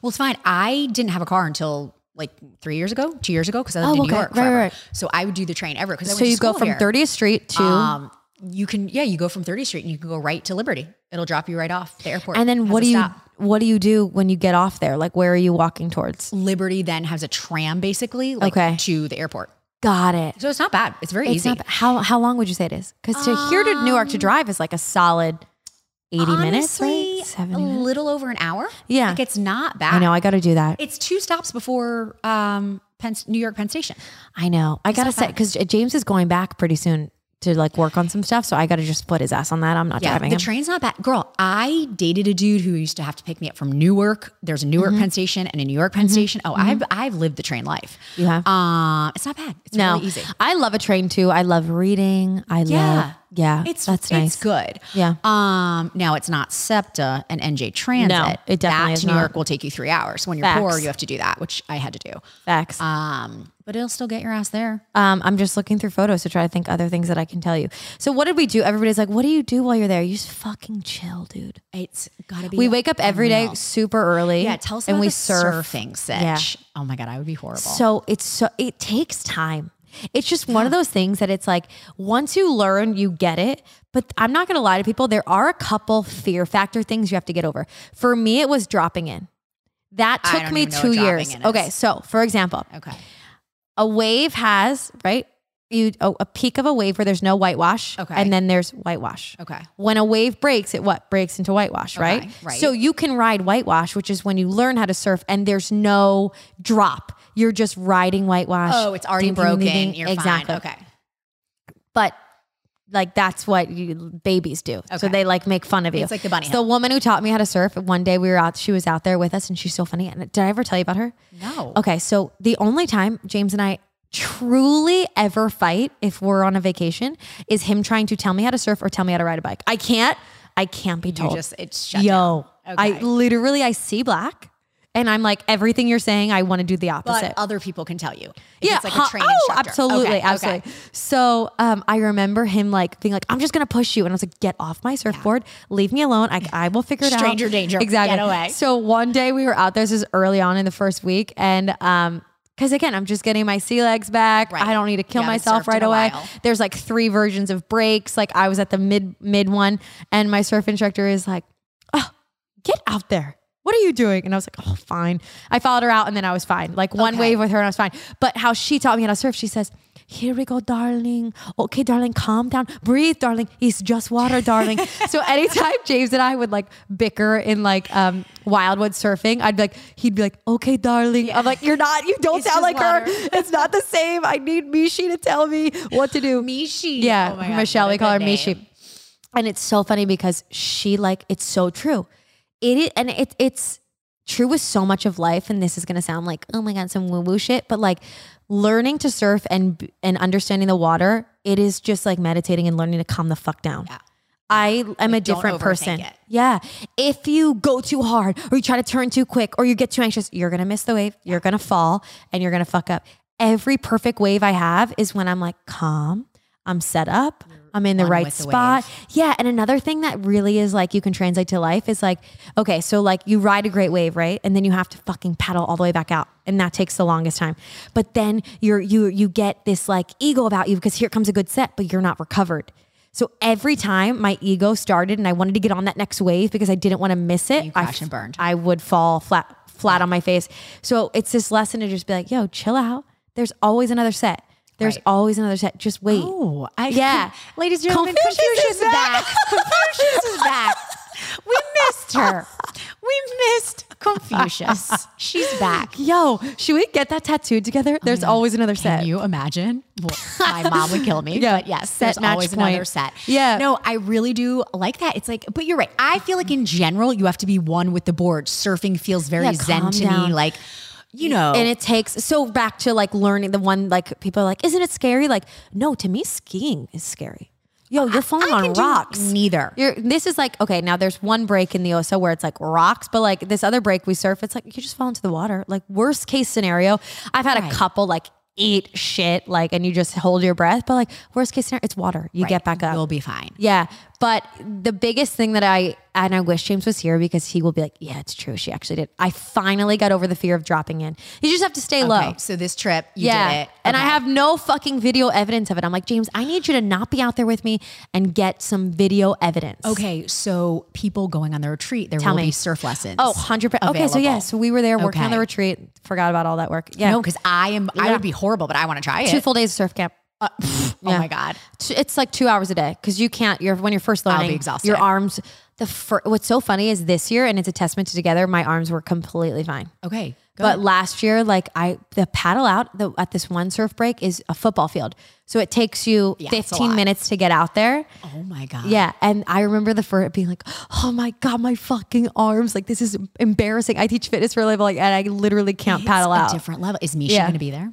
Speaker 1: Well, it's fine. I didn't have a car until like three years ago, two years ago, because I
Speaker 2: Oh,
Speaker 1: lived in
Speaker 2: okay.
Speaker 1: New York
Speaker 2: Right,
Speaker 1: forever.
Speaker 2: right.
Speaker 1: So I would do the train ever because I went
Speaker 2: So
Speaker 1: to
Speaker 2: you go
Speaker 1: school
Speaker 2: from
Speaker 1: here.
Speaker 2: 30th Street to,
Speaker 1: Um, you can yeah, you go from 30th Street and you can go right to Liberty. It'll drop you right off the airport.
Speaker 2: and then
Speaker 1: Has
Speaker 2: what
Speaker 1: a
Speaker 2: do you
Speaker 1: stop.
Speaker 2: what do you do when you get off there? Like where are you walking towards?
Speaker 1: Liberty then has a tram basically, like
Speaker 2: Okay.
Speaker 1: to the airport.
Speaker 2: Got it.
Speaker 1: So it's not bad. It's very
Speaker 2: It's
Speaker 1: easy. Um,
Speaker 2: not, how how long would you say it is? Because to here to Newark to drive is like a solid eighty minutes,
Speaker 1: Honestly,
Speaker 2: right? Seventy
Speaker 1: a
Speaker 2: minutes.
Speaker 1: little over an hour.
Speaker 2: Yeah.
Speaker 1: like it's not bad.
Speaker 2: I know. I got to do that.
Speaker 1: It's two stops before um, Penn, New York Penn Station.
Speaker 2: I know. I got to
Speaker 1: not
Speaker 2: say
Speaker 1: bad.
Speaker 2: because James is going back pretty soon to like work on some stuff. So I got to just put his ass on that. I'm not
Speaker 1: Yeah,
Speaker 2: driving.
Speaker 1: the
Speaker 2: him.
Speaker 1: train's not bad. Girl, I dated a dude who used to have to pick me up from Newark. There's a Newark
Speaker 2: Mm-hmm.
Speaker 1: Penn Station and a New York Penn Station. Oh, I've I've lived the train life.
Speaker 2: You have?
Speaker 1: Uh, it's not bad. It's
Speaker 2: no,
Speaker 1: really easy.
Speaker 2: I love a train too. I love reading. I love.
Speaker 1: Yeah.
Speaker 2: Yeah,
Speaker 1: It's
Speaker 2: that's nice.
Speaker 1: It's good.
Speaker 2: Yeah.
Speaker 1: Um. Now it's not SEPTA and NJ Transit.
Speaker 2: No, it
Speaker 1: that
Speaker 2: definitely is
Speaker 1: to New
Speaker 2: not.
Speaker 1: York will take you three hours. When you're poor,
Speaker 2: Facts.
Speaker 1: you have to do that, which I had to do.
Speaker 2: Facts.
Speaker 1: Um. But it'll still get your ass there.
Speaker 2: Um, I'm just looking through photos to try to think other things that I can tell you. So what did we do? Everybody's like, "What do you do while you're there?" You just fucking chill, dude.
Speaker 1: It's gotta be.
Speaker 2: We wake up every day super early.
Speaker 1: Yeah. Tell us
Speaker 2: and
Speaker 1: about
Speaker 2: we
Speaker 1: the
Speaker 2: surf.
Speaker 1: surfing sitch. Oh my god, I would be horrible.
Speaker 2: So it's so it takes time. It's just one of those things that it's like once you learn, you get it. But I'm not gonna lie to people, there are a couple fear factor things you have to get over. For me, it was dropping in. That
Speaker 1: I
Speaker 2: took
Speaker 1: don't
Speaker 2: me
Speaker 1: even know
Speaker 2: two
Speaker 1: what dropping
Speaker 2: years.
Speaker 1: in is.
Speaker 2: Okay, so for example,
Speaker 1: okay.
Speaker 2: a wave has right you oh, a peak of a wave where there's no whitewash
Speaker 1: Okay.
Speaker 2: and then there's whitewash
Speaker 1: Okay.
Speaker 2: when a wave breaks it what breaks into whitewash right?
Speaker 1: right.
Speaker 2: so you can ride whitewash which is when you learn how to surf and there's no drop you're just riding whitewash
Speaker 1: Oh, it's already
Speaker 2: Ding, ding, ding,
Speaker 1: broken.
Speaker 2: ding.
Speaker 1: You're
Speaker 2: exactly
Speaker 1: fine. Okay.
Speaker 2: but like that's what you, babies do. So
Speaker 1: Okay.
Speaker 2: they like make fun of you.
Speaker 1: It's like the bunny
Speaker 2: So The woman who taught me how to surf. One day we were out. She was out there with us, and she's so funny. And did I ever tell you about her?
Speaker 1: No.
Speaker 2: Okay, so the only time James and I truly ever fight if we're on a vacation is him trying to tell me how to surf or tell me how to ride a bike. I can't. I can't be
Speaker 1: You
Speaker 2: told.
Speaker 1: just it's shut down.
Speaker 2: Yo, I
Speaker 1: Okay.
Speaker 2: literally I see black, and I'm like everything you're saying. I want to do the
Speaker 1: But
Speaker 2: opposite.
Speaker 1: other people can tell you. If It's like
Speaker 2: huh.
Speaker 1: a train
Speaker 2: oh,
Speaker 1: instructor.
Speaker 2: absolutely,
Speaker 1: Okay, okay.
Speaker 2: absolutely. So um, I remember him like being like, "I'm just gonna push you," and I was like, "Get off my surfboard, leave me alone. I, I will figure it out."
Speaker 1: Stranger danger.
Speaker 2: exactly.
Speaker 1: Get away.
Speaker 2: So one day we were out there. This is early on in the first week, and um, because again, I'm just getting my sea legs back.
Speaker 1: Right.
Speaker 2: I don't need to kill
Speaker 1: You haven't
Speaker 2: myself
Speaker 1: surfed in
Speaker 2: right
Speaker 1: a
Speaker 2: away.
Speaker 1: while.
Speaker 2: There's like three versions of breaks. Like I was at the mid mid one, and my surf instructor is like, "Oh, get out there." What are you doing? And I was like, oh, fine. I followed her out and then I was fine. Like one
Speaker 1: Okay.
Speaker 2: wave with her and I was fine. But how she taught me how to surf, she says, here we go, darling. Okay, darling, calm down. Breathe, darling. It's just water, darling. so anytime James and I would like bicker in like um, Wildwood surfing, I'd be like, he'd be like, okay, darling. I'm like, you're not, you don't
Speaker 1: It's
Speaker 2: sound
Speaker 1: just
Speaker 2: like her.
Speaker 1: water.
Speaker 2: It's not the same. I need Mishi to tell me what to do.
Speaker 1: Mishi.
Speaker 2: Yeah,
Speaker 1: Oh my God,
Speaker 2: Michelle.
Speaker 1: what a
Speaker 2: We call her
Speaker 1: good name.
Speaker 2: Mishi. And it's so funny because she like it's so true. It is, and it it's true with so much of life. And this is gonna sound like oh my god, some woo woo shit, but like learning to surf and and understanding the water, it is just like meditating and learning to calm the fuck down.
Speaker 1: Yeah.
Speaker 2: I am a
Speaker 1: don't
Speaker 2: different
Speaker 1: overthink
Speaker 2: person.
Speaker 1: it.
Speaker 2: Yeah. If you go too hard or you try to turn too quick or you get too anxious, you're going to miss the wave, you're going to fall, and you're going to fuck up. Every perfect wave I have is when I'm like calm, I'm set up, I'm in the
Speaker 1: one
Speaker 2: right
Speaker 1: with the
Speaker 2: spot. yeah. And another thing that really is like you can translate to life is like, okay, so like you ride a great wave, right? And then you have to fucking paddle all the way back out. And that takes the longest time. But then you're you you get this like ego about you because here comes a good set, but you're not recovered. So every time my ego started and I wanted to get on that next wave because I didn't want to miss it, I,
Speaker 1: crash
Speaker 2: f-
Speaker 1: and burned.
Speaker 2: I would fall flat flat on my face. So it's this lesson to just be like, yo, chill out. There's always another set. There's
Speaker 1: Right.
Speaker 2: always another set. Just wait.
Speaker 1: Oh, I,
Speaker 2: Yeah.
Speaker 1: ladies and gentlemen,
Speaker 2: Confucius
Speaker 1: Confucius,
Speaker 2: is
Speaker 1: is back. Confucius is back. We missed her. We missed Confucius. She's back.
Speaker 2: Yo, should we get that tattooed together? There's always another set.
Speaker 1: Mm-hmm. Can you imagine? Well, my mom would kill me.
Speaker 2: Yeah.
Speaker 1: But yes,
Speaker 2: Set
Speaker 1: set there's
Speaker 2: match
Speaker 1: always another
Speaker 2: point.
Speaker 1: set.
Speaker 2: Yeah.
Speaker 1: No, I really do like that. It's like, but you're right. I feel like in general, you have to be one with the board. Surfing feels very
Speaker 2: Yeah,
Speaker 1: zen
Speaker 2: calm
Speaker 1: to
Speaker 2: down.
Speaker 1: me. Like, you know,
Speaker 2: and it takes so back to like learning the one like people are like, isn't it scary? Like, no, to me, skiing is scary. Yo, you're falling
Speaker 1: I
Speaker 2: on
Speaker 1: can do
Speaker 2: rocks.
Speaker 1: neither.
Speaker 2: You're, this is like okay. Now there's one break in the Osa where it's like rocks, but like this other break we surf, it's like you just fall into the water. Like worst case scenario, I've had a couple like eat shit like, and you just hold your breath, but like worst case scenario, it's water. You get back up.
Speaker 1: You'll be fine.
Speaker 2: yeah, But the biggest thing that I and I wish James was here because he will be like, yeah, it's true. She actually did. I finally got over the fear of dropping in. You just have to stay low.
Speaker 1: Okay, so this trip, you
Speaker 2: yeah.
Speaker 1: did it.
Speaker 2: And I
Speaker 1: Okay.
Speaker 2: have no fucking video evidence of it. I'm like, James, I need you to not be out there with me and get some video evidence.
Speaker 1: Okay, so people going on the retreat, there
Speaker 2: Tell
Speaker 1: will
Speaker 2: me.
Speaker 1: be surf lessons.
Speaker 2: Oh, 100%. Okay, so
Speaker 1: available.
Speaker 2: yeah, so we were there working on
Speaker 1: Okay.
Speaker 2: the retreat. Forgot about all that work. Yeah.
Speaker 1: No, because I am. I
Speaker 2: Yeah.
Speaker 1: would be horrible, but I want to try it.
Speaker 2: Two full days of surf camp.
Speaker 1: Uh, pff,
Speaker 2: Yeah.
Speaker 1: Oh my god.
Speaker 2: T- It's like two hours a day because you can't. You're when you're first learning.
Speaker 1: be exhausted.
Speaker 2: Your arms. The fir- what's so funny is this year, and it's a testament to together. My arms were completely fine,
Speaker 1: Okay. Go.
Speaker 2: but last year, like I, the paddle out the, at this one surf break is a football field, so it takes you
Speaker 1: Yeah, it's a
Speaker 2: 15
Speaker 1: lot.
Speaker 2: minutes to get out there.
Speaker 1: oh my god.
Speaker 2: Yeah, and I remember the first being like, "Oh my god, my fucking arms! Like this is embarrassing." I teach fitness for a level, like, and I literally can't
Speaker 1: It's
Speaker 2: paddle
Speaker 1: a
Speaker 2: out.
Speaker 1: different level. Is Misha
Speaker 2: Yeah.
Speaker 1: going to be there?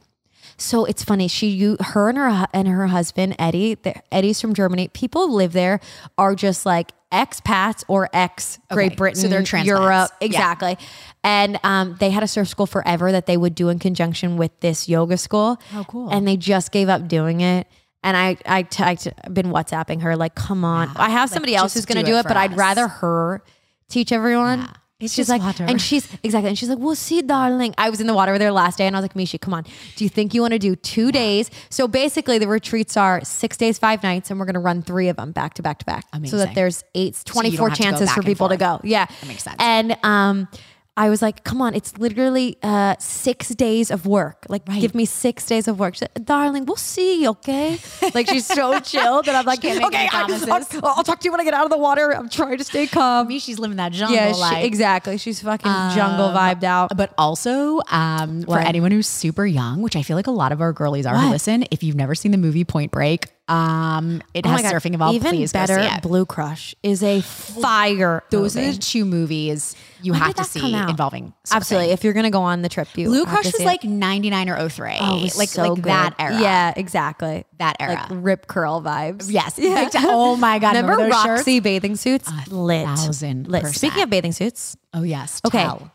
Speaker 2: So it's funny. She, you, her, and her hu- and her husband Eddie. The, Eddie's from Germany. People who live there are just like expats or ex Great
Speaker 1: Okay,
Speaker 2: Britain.
Speaker 1: so they're transplants.
Speaker 2: Europe,
Speaker 1: Yeah.
Speaker 2: exactly. And um, they had a surf school forever that they would do in conjunction with this yoga school.
Speaker 1: Oh, cool.
Speaker 2: And they just gave up doing it. And I, I, t- I t- I've been WhatsApping her like, come on. I have somebody else
Speaker 1: just
Speaker 2: who's going to
Speaker 1: do
Speaker 2: do
Speaker 1: it
Speaker 2: it,
Speaker 1: for
Speaker 2: but I'd
Speaker 1: us.
Speaker 2: rather her teach everyone.
Speaker 1: It's
Speaker 2: she's
Speaker 1: just
Speaker 2: like,
Speaker 1: water.
Speaker 2: and she's exactly, and she's like, "We'll see, darling." I was in the water with her last day, and I was like, "Misha, come on. Do you think you want to do two days?" So basically, the retreats are six days, five nights, and we're going to run three of them back to back to back, so that
Speaker 1: Amazing.
Speaker 2: there's eight, 24
Speaker 1: have to go
Speaker 2: chances
Speaker 1: back
Speaker 2: for
Speaker 1: and
Speaker 2: people to go.
Speaker 1: forth.
Speaker 2: Yeah,
Speaker 1: That makes sense.
Speaker 2: And um, I was like, "Come on, it's literally uh six days of work. Like, give me six days of work, She's like, darling. We'll see, okay?" Like she's so chilled, and I'm like,
Speaker 1: can't make
Speaker 2: "Okay,
Speaker 1: any
Speaker 2: I just, I'll,
Speaker 1: promises."
Speaker 2: I'll talk to you when I get out of the water. I'm trying to stay calm."
Speaker 1: Misha's Oh, living that jungle
Speaker 2: Yeah, she, exactly. She's fucking jungle vibed out.
Speaker 1: But also, um, for anyone who's super young, which I feel like a lot of our girlies are who
Speaker 2: What?
Speaker 1: listen, if you've never seen the movie Point Break, um, it has surfing involved.
Speaker 2: Oh Even
Speaker 1: Please
Speaker 2: better,
Speaker 1: go see it.
Speaker 2: Blue Crush is a fire.
Speaker 1: Those
Speaker 2: movie.
Speaker 1: are the two movies you
Speaker 2: When
Speaker 1: have
Speaker 2: did
Speaker 1: to
Speaker 2: that come
Speaker 1: see
Speaker 2: out?
Speaker 1: involving surfing.
Speaker 2: absolutely. If you're gonna go on the trip, you
Speaker 1: Blue
Speaker 2: have to
Speaker 1: Crush was
Speaker 2: see it.
Speaker 1: like 99 or 03.
Speaker 2: Oh, it was
Speaker 1: like
Speaker 2: so
Speaker 1: like
Speaker 2: good.
Speaker 1: that era.
Speaker 2: Yeah, exactly.
Speaker 1: That era.
Speaker 2: like rip curl vibes.
Speaker 1: Yes. Exact- Oh my God.
Speaker 2: Remember,
Speaker 1: Remember, those
Speaker 2: Roxy
Speaker 1: shirts?
Speaker 2: bathing suits? lit.
Speaker 1: thousand
Speaker 2: lit.
Speaker 1: percent.
Speaker 2: Speaking of bathing suits,
Speaker 1: Oh yes.
Speaker 2: Okay.
Speaker 1: Tell.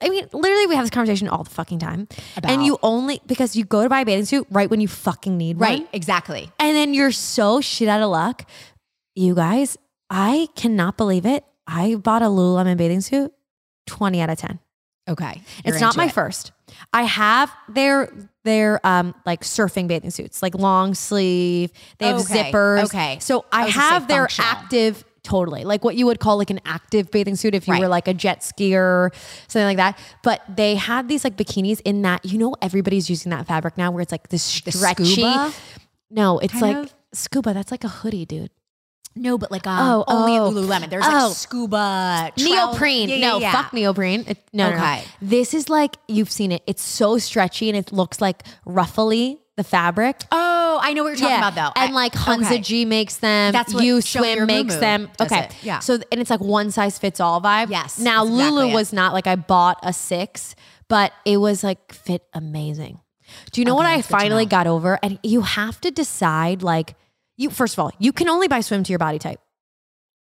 Speaker 2: I mean, literally, we have this conversation all the fucking time. And
Speaker 1: About-
Speaker 2: you only because you go to buy a bathing suit right when you fucking need one.
Speaker 1: Right. Exactly.
Speaker 2: And then you're so shit out of luck. You guys, I cannot believe it. I bought a Lululemon bathing suit, 20 out of 10.
Speaker 1: Okay.
Speaker 2: it's not my first. I have their their um like surfing bathing suits, like long sleeve. They have
Speaker 1: Okay,
Speaker 2: zippers.
Speaker 1: okay.
Speaker 2: So
Speaker 1: I
Speaker 2: I,
Speaker 1: was gonna say
Speaker 2: have their
Speaker 1: functional.
Speaker 2: active totally like what you would call like an active bathing suit if you were
Speaker 1: Right.
Speaker 2: like a jet skier something like that but they had these like bikinis in that you know everybody's using that fabric now where it's like this stretchy
Speaker 1: scuba
Speaker 2: no it's
Speaker 1: kind
Speaker 2: like
Speaker 1: of?
Speaker 2: scuba that's like a hoodie dude
Speaker 1: No, but like um,
Speaker 2: Oh,
Speaker 1: only
Speaker 2: oh.
Speaker 1: at Lululemon. There's
Speaker 2: Oh.
Speaker 1: like scuba, trou-
Speaker 2: neoprene.
Speaker 1: Yeah, yeah,
Speaker 2: no,
Speaker 1: yeah.
Speaker 2: fuck neoprene. It, no, no, no.
Speaker 1: Okay.
Speaker 2: This is like you've seen it. It's so stretchy and it looks like ruffly the fabric.
Speaker 1: Oh, I know what you're talking about though.
Speaker 2: and
Speaker 1: I-
Speaker 2: like Hunza
Speaker 1: okay.
Speaker 2: G makes them.
Speaker 1: That's what
Speaker 2: you
Speaker 1: Show
Speaker 2: swim
Speaker 1: Your
Speaker 2: makes
Speaker 1: Moo Moo
Speaker 2: them.
Speaker 1: does
Speaker 2: Okay,
Speaker 1: it. Yeah.
Speaker 2: So and it's like one size fits all vibe.
Speaker 1: Yes,
Speaker 2: Now
Speaker 1: that's exactly
Speaker 2: Lulu
Speaker 1: it.
Speaker 2: was not like I bought a six, but it was like fit amazing. Do you know what I finally got over? And you have to decide like you. First of all, you can only buy swim to your body type.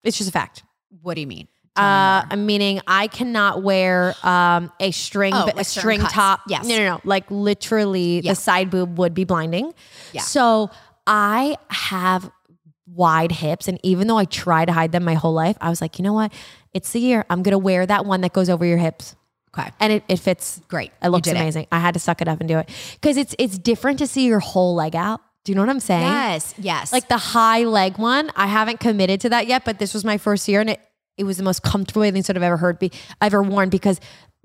Speaker 2: It's just a fact.
Speaker 1: What do you mean?
Speaker 2: Uh, meaning I cannot wear um, a string
Speaker 1: Oh,
Speaker 2: b- a
Speaker 1: like certain
Speaker 2: string
Speaker 1: cuts.
Speaker 2: top.
Speaker 1: Yes.
Speaker 2: No, no, no. Like literally,
Speaker 1: Yeah.
Speaker 2: the side boob would be blinding.
Speaker 1: Yeah.
Speaker 2: So I have wide hips, and even though I try to hide them my whole life, I was like, you know what? It's the year I'm gonna wear that one that goes over your hips,
Speaker 1: Okay.
Speaker 2: and it, it fits.
Speaker 1: Great.
Speaker 2: It
Speaker 1: You
Speaker 2: looks
Speaker 1: did it.
Speaker 2: amazing. I had to suck it up and do it because it's it's different to see your whole leg out. Do you know what I'm saying?
Speaker 1: Yes. Yes.
Speaker 2: like the high leg one. I haven't committed to that yet, but this was my first year, and it it was the most comfortable bathing suit I've ever heard, be, ever worn because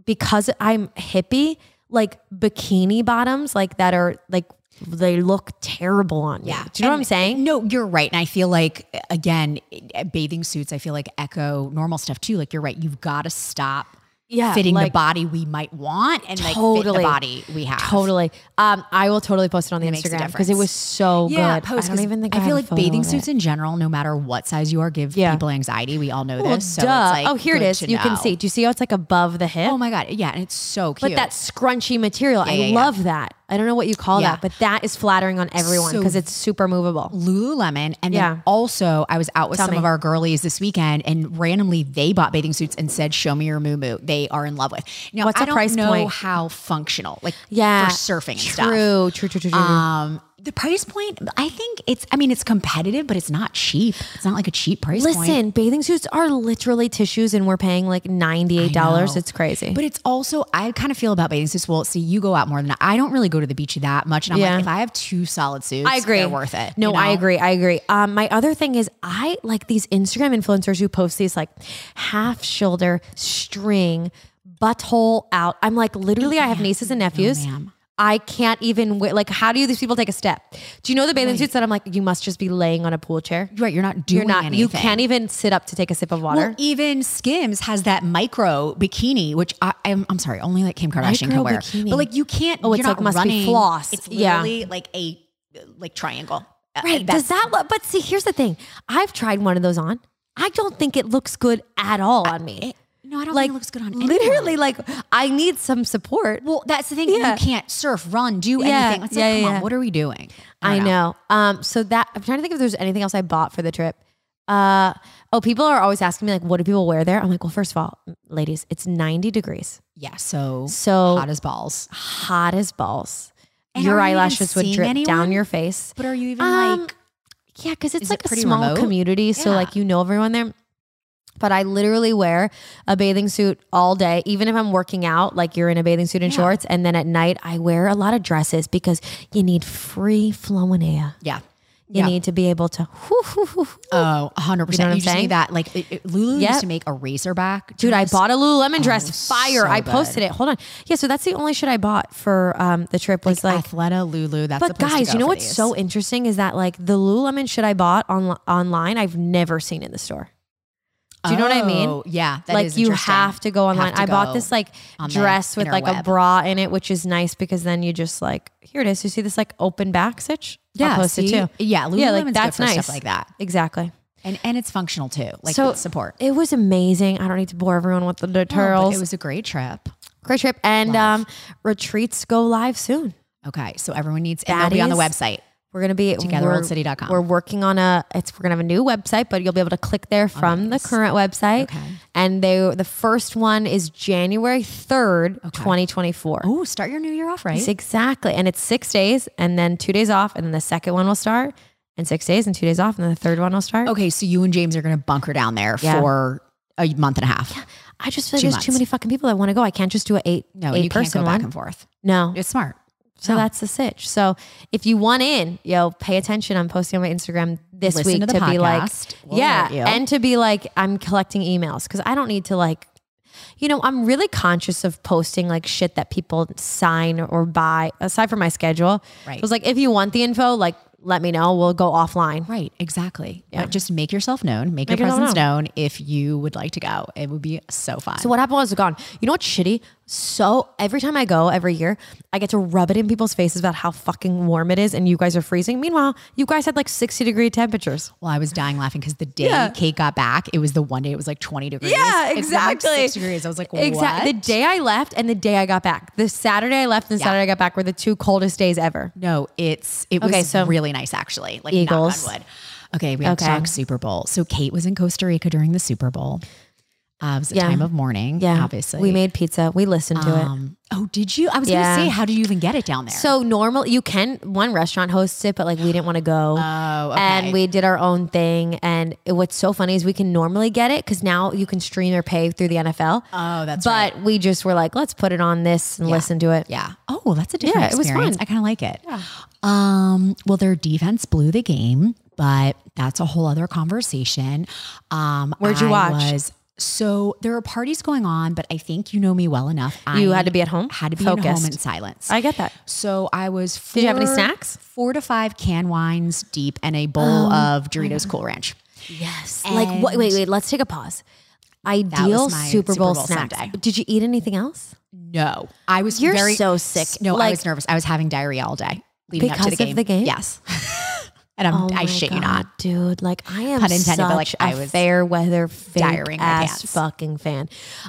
Speaker 2: because I'm hippie, like bikini bottoms, like that are like they look terrible on you.
Speaker 1: Yeah.
Speaker 2: do you know what I'm
Speaker 1: And-
Speaker 2: saying?
Speaker 1: No, you're right. And I feel like, again, eh, bathing suits, I feel like echo normal stuff too. Like, you're right. You've got to stop
Speaker 2: Yeah,
Speaker 1: fitting
Speaker 2: like-
Speaker 1: the body we might want and like fit
Speaker 2: Totally.
Speaker 1: the body we have.
Speaker 2: Totally. Um, I will totally post it on the
Speaker 1: makes a
Speaker 2: Instagram because it
Speaker 1: difference.
Speaker 2: was so
Speaker 1: Yeah,
Speaker 2: good.
Speaker 1: post.
Speaker 2: I don't
Speaker 1: 'cause
Speaker 2: even think I,
Speaker 1: I
Speaker 2: have
Speaker 1: feel
Speaker 2: a
Speaker 1: like
Speaker 2: photo
Speaker 1: bathing
Speaker 2: of it.
Speaker 1: suits in general, no matter what size you are, give
Speaker 2: Yeah.
Speaker 1: people anxiety. We all know
Speaker 2: Well,
Speaker 1: this. So
Speaker 2: duh.
Speaker 1: it's like,
Speaker 2: oh, here it
Speaker 1: good
Speaker 2: is.
Speaker 1: to
Speaker 2: You can
Speaker 1: know.
Speaker 2: see. Do you see how it's like above the hip?
Speaker 1: Oh my God. Yeah. And it's so cute.
Speaker 2: But that scrunchy material, I
Speaker 1: yeah, yeah.
Speaker 2: love that. I don't know what you call
Speaker 1: Yeah.
Speaker 2: that, but that is flattering on everyone
Speaker 1: So-
Speaker 2: because it's super movable.
Speaker 1: Lululemon, and
Speaker 2: Yeah.
Speaker 1: then also I was out with
Speaker 2: Tell
Speaker 1: some
Speaker 2: me.
Speaker 1: of our girlies this weekend, and randomly they bought bathing suits and said, "Show me your moo moo." They are in love with. Now
Speaker 2: What's
Speaker 1: I
Speaker 2: the
Speaker 1: don't
Speaker 2: price
Speaker 1: know
Speaker 2: point?
Speaker 1: how functional, like
Speaker 2: Yeah,
Speaker 1: for surfing and
Speaker 2: true,
Speaker 1: stuff.
Speaker 2: True, true, true, true.
Speaker 1: Um, the price point, I think it's, I mean, it's competitive, but it's not cheap. It's not like a cheap price point.
Speaker 2: Listen, bathing suits are literally tissues and we're paying like $98.
Speaker 1: know.
Speaker 2: It's crazy.
Speaker 1: But it's also I kind of feel about bathing suits. Well, see, you go out more than I, I don't really go to the beach that much, and I'm
Speaker 2: Yeah.
Speaker 1: like, if I have two solid suits,
Speaker 2: I agree.
Speaker 1: They're worth it.
Speaker 2: No,
Speaker 1: you know?
Speaker 2: I agree. I agree. Um, my other thing is I like these Instagram influencers who post these like half shoulder string butthole out. I'm like, literally, I have nieces and nephews.
Speaker 1: ma'am.
Speaker 2: I can't even wait. Like, how do these people take a step? Do you know the bathing suits that I'm like, you must just be laying on a pool chair?
Speaker 1: Right, you're not doing
Speaker 2: You're not,
Speaker 1: anything.
Speaker 2: you can't even sit up to take a sip of water.
Speaker 1: Well, even Skims has that micro bikini, which I, I'm, I'm sorry, only like Kim Kardashian
Speaker 2: Micro
Speaker 1: can wear.
Speaker 2: bikini.
Speaker 1: But like you can't.
Speaker 2: Oh, it's
Speaker 1: you're not
Speaker 2: like must be
Speaker 1: running.
Speaker 2: floss.
Speaker 1: It's
Speaker 2: Yeah.
Speaker 1: literally like a like triangle. Uh,
Speaker 2: Right.
Speaker 1: that's-
Speaker 2: Does that look? But see, here's the thing. I've tried one of those on. I don't think it looks good at all on me.
Speaker 1: no, I don't
Speaker 2: Like,
Speaker 1: think it looks good on anyone.
Speaker 2: literally, like I need some support.
Speaker 1: Well, that's the thing.
Speaker 2: Yeah.
Speaker 1: You can't surf, run, do
Speaker 2: Yeah.
Speaker 1: anything. It's like,
Speaker 2: Yeah, yeah,
Speaker 1: come
Speaker 2: yeah.
Speaker 1: on, what are we doing?
Speaker 2: I
Speaker 1: don't
Speaker 2: know. Um, so that I'm trying to think if there's anything else I bought for the trip. Uh, oh, people are always asking me like, what do people wear there? I'm like, well, first of all, ladies, it's 90 degrees,
Speaker 1: Yeah. So,
Speaker 2: so
Speaker 1: hot as balls.
Speaker 2: hot as balls.
Speaker 1: And are
Speaker 2: your
Speaker 1: you even
Speaker 2: eyelashes would
Speaker 1: seeing
Speaker 2: drip down
Speaker 1: anyone?
Speaker 2: your face.
Speaker 1: But are you even
Speaker 2: Um,
Speaker 1: like?
Speaker 2: Yeah, because it's
Speaker 1: Is
Speaker 2: like
Speaker 1: it
Speaker 2: a
Speaker 1: pretty
Speaker 2: small
Speaker 1: remote?
Speaker 2: community, so
Speaker 1: Yeah.
Speaker 2: like you know everyone there. But I literally wear a bathing suit all day, even if I'm working out. Like you're in a bathing suit and
Speaker 1: Yeah.
Speaker 2: shorts, and then at night I wear a lot of dresses because you need free flowing air.
Speaker 1: Yeah.
Speaker 2: You
Speaker 1: Yeah.
Speaker 2: need to be able to. whoo, whoo, whoo, whoo.
Speaker 1: Oh, 100%. You,
Speaker 2: You know what I'm
Speaker 1: just
Speaker 2: saying?
Speaker 1: need that. Like, it, it- Lulu
Speaker 2: Yep.
Speaker 1: used to make a razorback.
Speaker 2: Dude, I
Speaker 1: dress.
Speaker 2: bought a Lululemon dress.
Speaker 1: Oh, so
Speaker 2: Fire! I
Speaker 1: good.
Speaker 2: posted it. Hold on. Yeah, so that's the only shit I bought for um, the trip was like
Speaker 1: Athleta, Lulu. That's the
Speaker 2: But
Speaker 1: place to
Speaker 2: guys,
Speaker 1: go
Speaker 2: you know
Speaker 1: for
Speaker 2: what's
Speaker 1: these.
Speaker 2: so interesting is that like the Lululemon shit I bought on online, I've never seen in the store. Do you know what I mean?
Speaker 1: Oh, Yeah. that
Speaker 2: like
Speaker 1: is
Speaker 2: you
Speaker 1: interesting.
Speaker 2: have to go
Speaker 1: have
Speaker 2: online.
Speaker 1: to
Speaker 2: I bought
Speaker 1: go
Speaker 2: this like
Speaker 1: on the
Speaker 2: dress with like a
Speaker 1: interweb.
Speaker 2: bra in it, which is nice because then you just like here it is. You see this like open back stitch? I'll
Speaker 1: Yeah.
Speaker 2: post
Speaker 1: see?
Speaker 2: it too.
Speaker 1: Yeah. Lululemon's
Speaker 2: Yeah, like that's
Speaker 1: good for
Speaker 2: nice.
Speaker 1: stuff like that.
Speaker 2: Exactly.
Speaker 1: And, and it's functional too. Like,
Speaker 2: So-
Speaker 1: with support.
Speaker 2: It was amazing. I don't need to bore everyone with the
Speaker 1: Oh, but
Speaker 2: details.
Speaker 1: it was a great trip.
Speaker 2: Great trip and um, retreats go live soon.
Speaker 1: Okay. So, everyone needs, and they'll be on the
Speaker 2: Baddies.
Speaker 1: website.
Speaker 2: We're gonna be we're-
Speaker 1: TogetherOldCity.com.
Speaker 2: We're working on a it's we're gonna have a new website, but you'll be able to click there from the current website.
Speaker 1: Okay.
Speaker 2: And they the first one is January third, twenty twenty four.
Speaker 1: Oh, start your new year off right.
Speaker 2: Exactly. And it's six days and then two days off, and then the second one will start, and six days and two days off, and then the third one will start.
Speaker 1: Okay. So, you and James are going to bunker down there
Speaker 2: Yeah.
Speaker 1: for a month and a half.
Speaker 2: I just feel like
Speaker 1: Two
Speaker 2: there's too
Speaker 1: months.
Speaker 2: many fucking people that want to go. I can't just do an eight
Speaker 1: No, you
Speaker 2: eight
Speaker 1: can't
Speaker 2: person
Speaker 1: go back
Speaker 2: one.
Speaker 1: and forth.
Speaker 2: no.
Speaker 1: It's smart. Oh.
Speaker 2: So that's the sitch. So if you want in, yo, pay attention. I'm posting on my Instagram this
Speaker 1: Listen
Speaker 2: week
Speaker 1: to
Speaker 2: to,
Speaker 1: the
Speaker 2: be like,
Speaker 1: podcast. We'll
Speaker 2: yeah,
Speaker 1: alert you.
Speaker 2: and to be like, I'm collecting emails because I don't need to like, you know, I'm really conscious of posting like shit that people sign or buy aside from my schedule.
Speaker 1: Right.
Speaker 2: It was like, if you want the info, like, let me know. We'll go offline.
Speaker 1: Right, exactly. But just make yourself known, make, your
Speaker 2: yourself
Speaker 1: presence known if you would like to go. It would be so fun.
Speaker 2: So what happened was gone. You know what's shitty? So every time I go every year, I get to rub it in people's faces about how fucking warm it is and you guys are freezing. Meanwhile, you guys had like 60 degree temperatures.
Speaker 1: well, I was dying laughing because the day
Speaker 2: Yeah.
Speaker 1: Kate got back, it was the one day it was like 20 degrees.
Speaker 2: Yeah,
Speaker 1: It's been, like,
Speaker 2: exactly.
Speaker 1: six degrees. I was like, what?
Speaker 2: Exactly. The day I left and the day I got back. The Saturday I left and the Saturday I got back were the two coldest days ever.
Speaker 1: No, it's it was
Speaker 2: Okay, so-
Speaker 1: really nice actually. Like
Speaker 2: Eagles.
Speaker 1: Eagles. knock on wood. Okay, we have to
Speaker 2: Okay.
Speaker 1: talk Super Bowl. So Kate was in Costa Rica during the Super Bowl. Uh, it was a
Speaker 2: Yeah.
Speaker 1: time of mourning.
Speaker 2: Yeah.
Speaker 1: obviously.
Speaker 2: We made pizza. We listened to it.
Speaker 1: Um, oh, did you? I was gonna
Speaker 2: Yeah.
Speaker 1: say, how did you even get it down there?
Speaker 2: So normal you can one restaurant hosts it, but like we didn't want to go.
Speaker 1: oh, okay.
Speaker 2: And we did our own thing. And it- what's so funny is we can normally get it because now you can stream or pay through the NFL.
Speaker 1: oh, that's right.
Speaker 2: but we just were like, let's put it on this and listen to it.
Speaker 1: Yeah. Oh, well, that's a different
Speaker 2: Yeah, it was
Speaker 1: experience.
Speaker 2: fun.
Speaker 1: I kind of like it. Um, well, their defense blew the game, but that's a whole other conversation. Um,
Speaker 2: Where'd you
Speaker 1: I
Speaker 2: watch?
Speaker 1: Was, so there are parties going on, but I think you know me well enough.
Speaker 2: You
Speaker 1: I
Speaker 2: had to be at home?
Speaker 1: Had to be at
Speaker 2: Focused.
Speaker 1: home in silence.
Speaker 2: I get that.
Speaker 1: so I was. Four,
Speaker 2: Did you have any snacks? Oh
Speaker 1: Four to five can wines deep and a bowl of Doritos Cool Ranch.
Speaker 2: Yes. like, wait, wait, wait. Let's take a pause. Ideal
Speaker 1: was my
Speaker 2: Super Bowl,
Speaker 1: Super Bowl
Speaker 2: snacks.
Speaker 1: Sunday.
Speaker 2: Did you eat anything else?
Speaker 1: No, I was.
Speaker 2: You're
Speaker 1: very,
Speaker 2: so sick.
Speaker 1: No, I
Speaker 2: Like-
Speaker 1: was nervous. I was having diarrhea all day leading up to
Speaker 2: Because
Speaker 1: the
Speaker 2: of
Speaker 1: game.
Speaker 2: the game?
Speaker 1: yes. and I'm,
Speaker 2: Oh
Speaker 1: I
Speaker 2: my
Speaker 1: shit you
Speaker 2: God,
Speaker 1: not.
Speaker 2: dude. Like I am
Speaker 1: Pun intended,
Speaker 2: such
Speaker 1: but, like, I
Speaker 2: a
Speaker 1: was
Speaker 2: fair weather fake
Speaker 1: diarrhea my
Speaker 2: ass
Speaker 1: pants.
Speaker 2: fucking fan.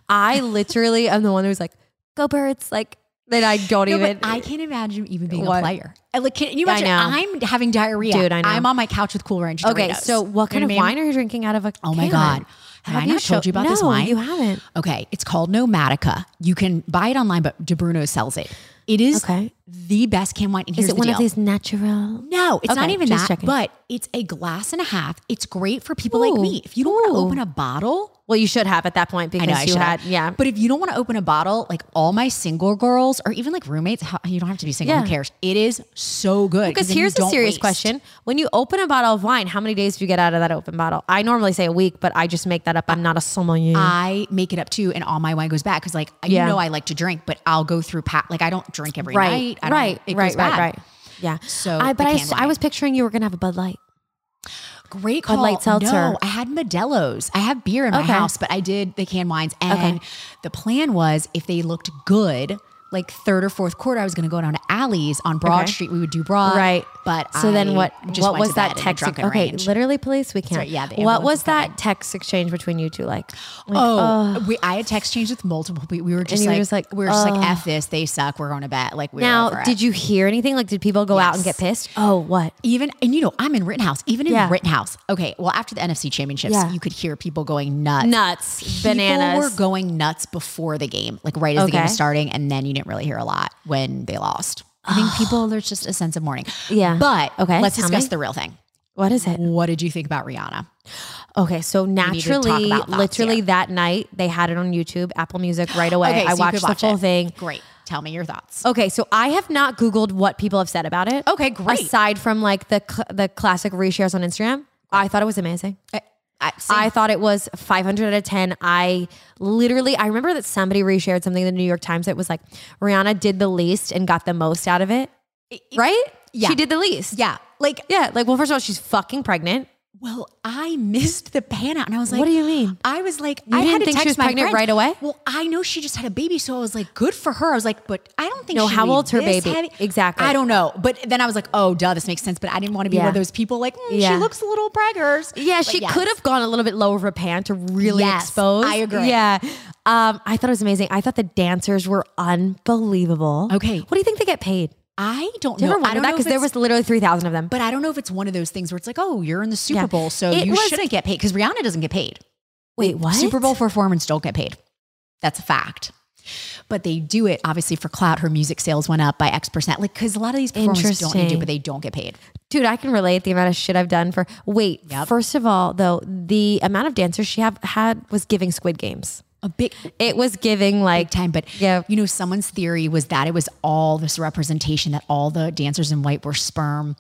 Speaker 2: I literally am the one who's like, go birds. Like then I don't
Speaker 1: No,
Speaker 2: even.
Speaker 1: but I can't imagine even being
Speaker 2: What?
Speaker 1: a player. I, like, can you
Speaker 2: Yeah, I
Speaker 1: imagine? I'm having diarrhea.
Speaker 2: Dude, I know.
Speaker 1: I'm on my couch with Cool Ranch.
Speaker 2: okay,
Speaker 1: Doritos.
Speaker 2: so what
Speaker 1: You
Speaker 2: kind
Speaker 1: know
Speaker 2: of
Speaker 1: I mean?
Speaker 2: wine are you drinking out of a?
Speaker 1: Oh my
Speaker 2: can?
Speaker 1: god! Have, I
Speaker 2: you
Speaker 1: not told
Speaker 2: show-
Speaker 1: you about this
Speaker 2: No,
Speaker 1: wine?
Speaker 2: You haven't.
Speaker 1: Okay, it's called Nomatica. You can buy it online, but De Bruno sells it. It is
Speaker 2: Okay.
Speaker 1: the best canned wine. And
Speaker 2: Is
Speaker 1: here's
Speaker 2: it
Speaker 1: the
Speaker 2: one
Speaker 1: deal.
Speaker 2: of these natural?
Speaker 1: No, it's not
Speaker 2: Okay,
Speaker 1: even
Speaker 2: just
Speaker 1: that,
Speaker 2: checking.
Speaker 1: but it's a glass and a half. It's great for people like
Speaker 2: Ooh.
Speaker 1: me. If you don't want to
Speaker 2: Ooh.
Speaker 1: open a bottle,
Speaker 2: Well, you should have at that point because
Speaker 1: I know I
Speaker 2: you
Speaker 1: should
Speaker 2: had,
Speaker 1: have.
Speaker 2: yeah.
Speaker 1: But if you don't want to open a bottle, like all my single girls or even like roommates, how, you don't have to be single.
Speaker 2: Yeah.
Speaker 1: Who cares? It is so good.
Speaker 2: Because
Speaker 1: then you
Speaker 2: here's a
Speaker 1: don't
Speaker 2: serious
Speaker 1: waste.
Speaker 2: question. When you open a bottle of wine, how many days do you get out of that open bottle? I normally say a week, but I just make that up. I'm not a sommelier.
Speaker 1: I make it up too, and all my wine goes back because, like,
Speaker 2: Yeah.
Speaker 1: you know, I like to drink, but I'll go through pat. Like, I don't drink every night. I don't,
Speaker 2: right,
Speaker 1: it
Speaker 2: right,
Speaker 1: goes
Speaker 2: right,
Speaker 1: bad.
Speaker 2: right. Yeah.
Speaker 1: So
Speaker 2: I, but
Speaker 1: the
Speaker 2: I,
Speaker 1: canned
Speaker 2: s- I
Speaker 1: wine.
Speaker 2: was picturing you were gonna have a Bud Light.
Speaker 1: Great
Speaker 2: Bud
Speaker 1: call.
Speaker 2: Light seltzer.
Speaker 1: No, I had Modelo's. I have beer in my
Speaker 2: Okay.
Speaker 1: house, but I did the canned wines. And the plan was if they looked good, like third or fourth quarter, I was going to go down to Alley's on Broad
Speaker 2: Okay.
Speaker 1: Street. We would do Broad,
Speaker 2: Right.
Speaker 1: But
Speaker 2: so then
Speaker 1: I
Speaker 2: what?
Speaker 1: Just
Speaker 2: what
Speaker 1: went
Speaker 2: was
Speaker 1: to bed
Speaker 2: that
Speaker 1: in a
Speaker 2: text? ex-
Speaker 1: drunken
Speaker 2: okay,
Speaker 1: range.
Speaker 2: literally, police. We can't.
Speaker 1: Sorry, yeah, the
Speaker 2: what
Speaker 1: ambulance
Speaker 2: was
Speaker 1: was coming.
Speaker 2: that text exchange between you two? Like, like,
Speaker 1: Oh, we, I had text changes with multiple. We, we were just
Speaker 2: you were
Speaker 1: like,
Speaker 2: just like,
Speaker 1: we were just
Speaker 2: ugh.
Speaker 1: like, f this. They suck. We're going to bed. Like we were over
Speaker 2: now,
Speaker 1: it.
Speaker 2: did you hear anything? Like, did people go out and get
Speaker 1: Yes.
Speaker 2: pissed? Oh, what?
Speaker 1: even and you know I'm in Rittenhouse. Even in
Speaker 2: Yeah.
Speaker 1: Rittenhouse, okay. Well, after the NFC championships,
Speaker 2: Yeah.
Speaker 1: you could hear people going nuts.
Speaker 2: Nuts,
Speaker 1: People
Speaker 2: bananas.
Speaker 1: were going nuts before the game, like right as the game was
Speaker 2: Okay.
Speaker 1: starting, and then you didn't really hear a lot when they lost. I think people there's just a sense of mourning.
Speaker 2: Yeah.
Speaker 1: But
Speaker 2: Okay,
Speaker 1: okay, let's
Speaker 2: tell
Speaker 1: discuss
Speaker 2: me.
Speaker 1: the real thing.
Speaker 2: What is it?
Speaker 1: What did you think about Rihanna?
Speaker 2: Okay, so
Speaker 1: need to talk
Speaker 2: naturally,
Speaker 1: about thoughts,
Speaker 2: literally
Speaker 1: yeah.
Speaker 2: that night, they had it on YouTube, Apple Music, right away.
Speaker 1: Okay,
Speaker 2: I
Speaker 1: so you
Speaker 2: watched
Speaker 1: could
Speaker 2: the
Speaker 1: watch
Speaker 2: full
Speaker 1: it.
Speaker 2: thing.
Speaker 1: Great. Tell me your thoughts.
Speaker 2: Okay, so I have not Googled what people have said about it.
Speaker 1: Okay, great.
Speaker 2: Aside from like the cl- the classic reshares on Instagram, I thought it was amazing.
Speaker 1: I,
Speaker 2: I thought it was 500 out of 10. I literally, I remember that somebody reshared something in the New York Times that was like, Rihanna did the least and got the most out of it, right?
Speaker 1: Yeah.
Speaker 2: She did the least.
Speaker 1: yeah, like
Speaker 2: Yeah. Like, well, first of all, she's fucking pregnant.
Speaker 1: Well, I missed the pan out, and I was like,
Speaker 2: What do you mean?
Speaker 1: I was like, I
Speaker 2: didn't
Speaker 1: had to
Speaker 2: think she
Speaker 1: text
Speaker 2: was
Speaker 1: my
Speaker 2: pregnant
Speaker 1: friends.
Speaker 2: right away?
Speaker 1: Well, I know she just had a baby, so I was like, good for her. I was like, but I don't think
Speaker 2: No,
Speaker 1: she
Speaker 2: how
Speaker 1: would be
Speaker 2: old's her
Speaker 1: this
Speaker 2: baby?
Speaker 1: heavy.
Speaker 2: Exactly.
Speaker 1: I don't know, but then I was like, oh, duh, this makes sense. But I didn't want to be
Speaker 2: Yeah.
Speaker 1: one of those people like "Mm,
Speaker 2: Yeah.
Speaker 1: she looks a little preggers.
Speaker 2: Yeah,
Speaker 1: But
Speaker 2: she
Speaker 1: yes.
Speaker 2: could have gone a little bit lower of her pant to really
Speaker 1: Yes,
Speaker 2: expose.
Speaker 1: I agree.
Speaker 2: Yeah. Um, I thought it was amazing. I thought the dancers were unbelievable.
Speaker 1: Okay.
Speaker 2: What do you think they get paid?
Speaker 1: I don't
Speaker 2: Do you
Speaker 1: know.
Speaker 2: ever
Speaker 1: I
Speaker 2: wonder
Speaker 1: don't
Speaker 2: that?
Speaker 1: know
Speaker 2: Because
Speaker 1: if
Speaker 2: there
Speaker 1: it's-
Speaker 2: was literally 3,000 of them.
Speaker 1: but I don't know if it's one of those things where it's like, oh, you're in the Super
Speaker 2: Yeah.
Speaker 1: Bowl, so
Speaker 2: It
Speaker 1: you
Speaker 2: was-
Speaker 1: shouldn't get paid because Rihanna doesn't get paid.
Speaker 2: Wait, what?
Speaker 1: Super Bowl performers don't get paid. That's a fact. But they do it obviously for clout. Her music sales went up by X percent. Like, because a lot of these performers don't need to,
Speaker 2: Interesting.
Speaker 1: but they don't get paid.
Speaker 2: Dude, I can relate the amount of shit I've done for. Wait,
Speaker 1: Yep.
Speaker 2: first of all, though, the amount of dancers she have, had was giving Squid Games.
Speaker 1: A big,
Speaker 2: It was giving like
Speaker 1: big time. But,
Speaker 2: Yeah.
Speaker 1: you know, someone's theory was that it was all this representation that all the dancers in white were sperm.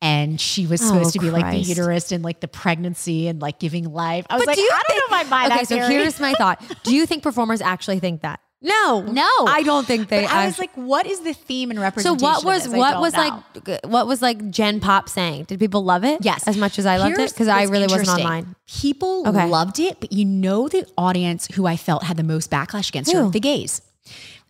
Speaker 1: And she was supposed to be like the
Speaker 2: Oh, Christ.
Speaker 1: uterus and like the pregnancy and like giving life. I was
Speaker 2: But
Speaker 1: like,
Speaker 2: do you
Speaker 1: I don't
Speaker 2: think-
Speaker 1: know if I buy
Speaker 2: okay,
Speaker 1: that
Speaker 2: so
Speaker 1: theory.
Speaker 2: here's my thought. Do you think performers actually think that? No,
Speaker 1: No.
Speaker 2: I don't think they.
Speaker 1: But I
Speaker 2: act-
Speaker 1: was like, what is the theme and
Speaker 2: uh, so
Speaker 1: representation?
Speaker 2: what
Speaker 1: of
Speaker 2: was
Speaker 1: this? I
Speaker 2: what
Speaker 1: don't
Speaker 2: was
Speaker 1: know.
Speaker 2: like g- what was like Gen Pop saying? Did people love it?
Speaker 1: Yes.
Speaker 2: as much as I loved
Speaker 1: Here's
Speaker 2: it because I
Speaker 1: what's
Speaker 2: really wasn't
Speaker 1: interesting.
Speaker 2: online.
Speaker 1: People
Speaker 2: Okay.
Speaker 1: loved it, but you know the audience who I felt had the most backlash against her,
Speaker 2: Who?
Speaker 1: the gays.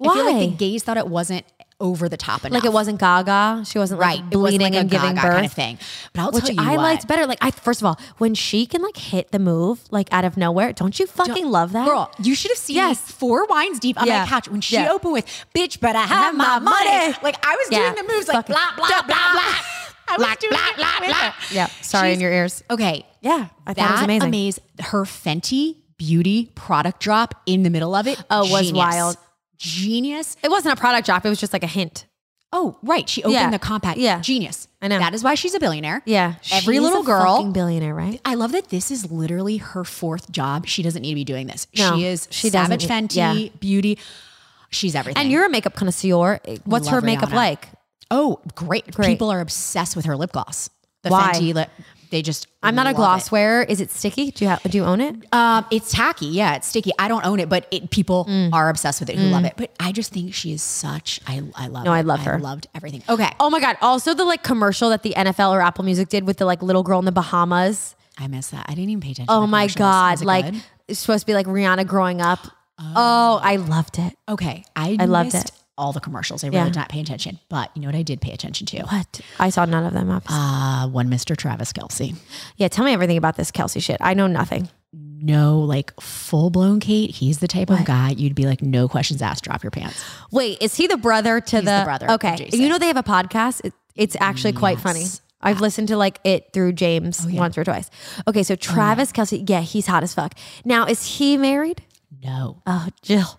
Speaker 1: I feel like
Speaker 2: Why?
Speaker 1: the gays thought it wasn't over the top enough.
Speaker 2: Like it wasn't Gaga. She wasn't
Speaker 1: right.
Speaker 2: like
Speaker 1: It wasn't
Speaker 2: bleeding
Speaker 1: like a
Speaker 2: and giving
Speaker 1: Gaga
Speaker 2: birth.
Speaker 1: kind of thing. But I'll
Speaker 2: Which
Speaker 1: tell you
Speaker 2: I
Speaker 1: what,
Speaker 2: liked better. Like I first of all, when she can like hit the move like out of nowhere, don't you fucking love that?
Speaker 1: Girl, you should have seen
Speaker 2: Yes.
Speaker 1: me four wines deep on
Speaker 2: Yeah.
Speaker 1: my couch when she
Speaker 2: Yeah.
Speaker 1: opened with "Bitch, but I have my money." Like I was
Speaker 2: Yeah.
Speaker 1: doing the moves, like
Speaker 2: Fucking-
Speaker 1: blah blah blah blah. I was doing it with her.
Speaker 2: Yeah. Sorry in
Speaker 1: She's-
Speaker 2: your ears.
Speaker 1: Okay,
Speaker 2: Yeah. I thought it was
Speaker 1: that
Speaker 2: amazing.
Speaker 1: amazed her Fenty beauty product drop in the middle of it.
Speaker 2: Oh, was
Speaker 1: Genius.
Speaker 2: wild.
Speaker 1: Genius.
Speaker 2: It wasn't a product drop. It was just like a hint.
Speaker 1: Oh, right. She opened
Speaker 2: Yeah.
Speaker 1: the compact.
Speaker 2: Yeah.
Speaker 1: Genius.
Speaker 2: I know.
Speaker 1: That is why she's a billionaire.
Speaker 2: Yeah.
Speaker 1: Every
Speaker 2: She's
Speaker 1: little
Speaker 2: a
Speaker 1: girl-
Speaker 2: Fucking billionaire, right?
Speaker 1: I love that this is literally her fourth job. She doesn't need to be doing this.
Speaker 2: No,
Speaker 1: she is
Speaker 2: she doesn't
Speaker 1: Savage
Speaker 2: need-
Speaker 1: Fenty,
Speaker 2: yeah.
Speaker 1: beauty. She's everything.
Speaker 2: And you're a makeup connoisseur. What's
Speaker 1: Love
Speaker 2: her makeup
Speaker 1: Rihanna.
Speaker 2: like?
Speaker 1: oh, great.
Speaker 2: Great.
Speaker 1: People are obsessed with her lip gloss. The
Speaker 2: Why?
Speaker 1: Fenty lip. They just.
Speaker 2: I'm not a
Speaker 1: love
Speaker 2: gloss
Speaker 1: it.
Speaker 2: wearer. Is it sticky? Do you have, do you own it?
Speaker 1: Um, it's tacky. Yeah, it's sticky. I don't own it, but it, people
Speaker 2: Mm.
Speaker 1: are obsessed with it who love it. But I just think she is such. I I love.
Speaker 2: No,
Speaker 1: it.
Speaker 2: I love her.
Speaker 1: loved everything. Okay.
Speaker 2: Oh my god! Also the like commercial that the NFL or Apple Music did with the like little girl in the Bahamas.
Speaker 1: I missed that. I didn't even pay attention. to
Speaker 2: Oh
Speaker 1: the
Speaker 2: my
Speaker 1: commercials. Was
Speaker 2: god!
Speaker 1: it
Speaker 2: Like
Speaker 1: good?
Speaker 2: it's supposed to be like Rihanna growing up. Oh, I loved it.
Speaker 1: okay, I
Speaker 2: I loved
Speaker 1: missed
Speaker 2: it.
Speaker 1: All the commercials. I really
Speaker 2: Yeah.
Speaker 1: did not pay attention. But you know what I did pay attention to?
Speaker 2: What? I saw none of them. Obviously.
Speaker 1: Uh, one Mr. Travis Kelsey.
Speaker 2: yeah, tell me everything about this Kelsey shit. I know nothing.
Speaker 1: No, like full blown Kate. He's the type of guy you'd be like, no questions asked, drop your pants.
Speaker 2: Wait, is he the brother to the,
Speaker 1: the brother of
Speaker 2: Okay,
Speaker 1: Jason.
Speaker 2: you know they have a podcast. It, it's actually quite funny. I've listened to like it through James
Speaker 1: Oh,
Speaker 2: once or twice. Okay, so
Speaker 1: Uh,
Speaker 2: Travis Kelsey, yeah, he's hot as fuck. Now is he married?
Speaker 1: No.
Speaker 2: Oh, Jill.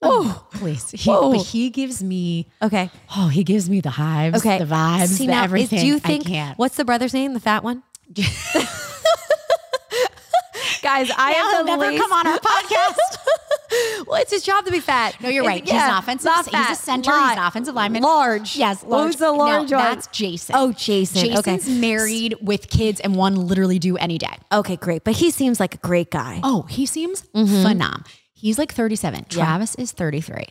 Speaker 1: Oh, please. He,
Speaker 2: Whoa.
Speaker 1: but he gives me,
Speaker 2: Okay.
Speaker 1: oh, he gives me the hives,
Speaker 2: Okay.
Speaker 1: the vibes,
Speaker 2: See
Speaker 1: the
Speaker 2: now, is-
Speaker 1: everything.
Speaker 2: do you think
Speaker 1: I can't.
Speaker 2: what's the brother's name? The fat one. Guys, I
Speaker 1: Now
Speaker 2: am
Speaker 1: he'll
Speaker 2: the
Speaker 1: never
Speaker 2: least-
Speaker 1: come on our podcast.
Speaker 2: well, it's his job to be fat.
Speaker 1: No, you're
Speaker 2: It's-
Speaker 1: right. He's an offensive.
Speaker 2: not
Speaker 1: He's
Speaker 2: fat,
Speaker 1: a center.
Speaker 2: lot-
Speaker 1: He's an offensive lineman.
Speaker 2: Large.
Speaker 1: Yes.
Speaker 2: What was the
Speaker 1: No,
Speaker 2: large one?
Speaker 1: That's Jason.
Speaker 2: Oh, Jason.
Speaker 1: Jason's
Speaker 2: okay.
Speaker 1: married with kids and one literally due any day.
Speaker 2: Okay, great. But he seems like a great guy.
Speaker 1: Oh, he seems phenom. He's like 37. Travis is 33.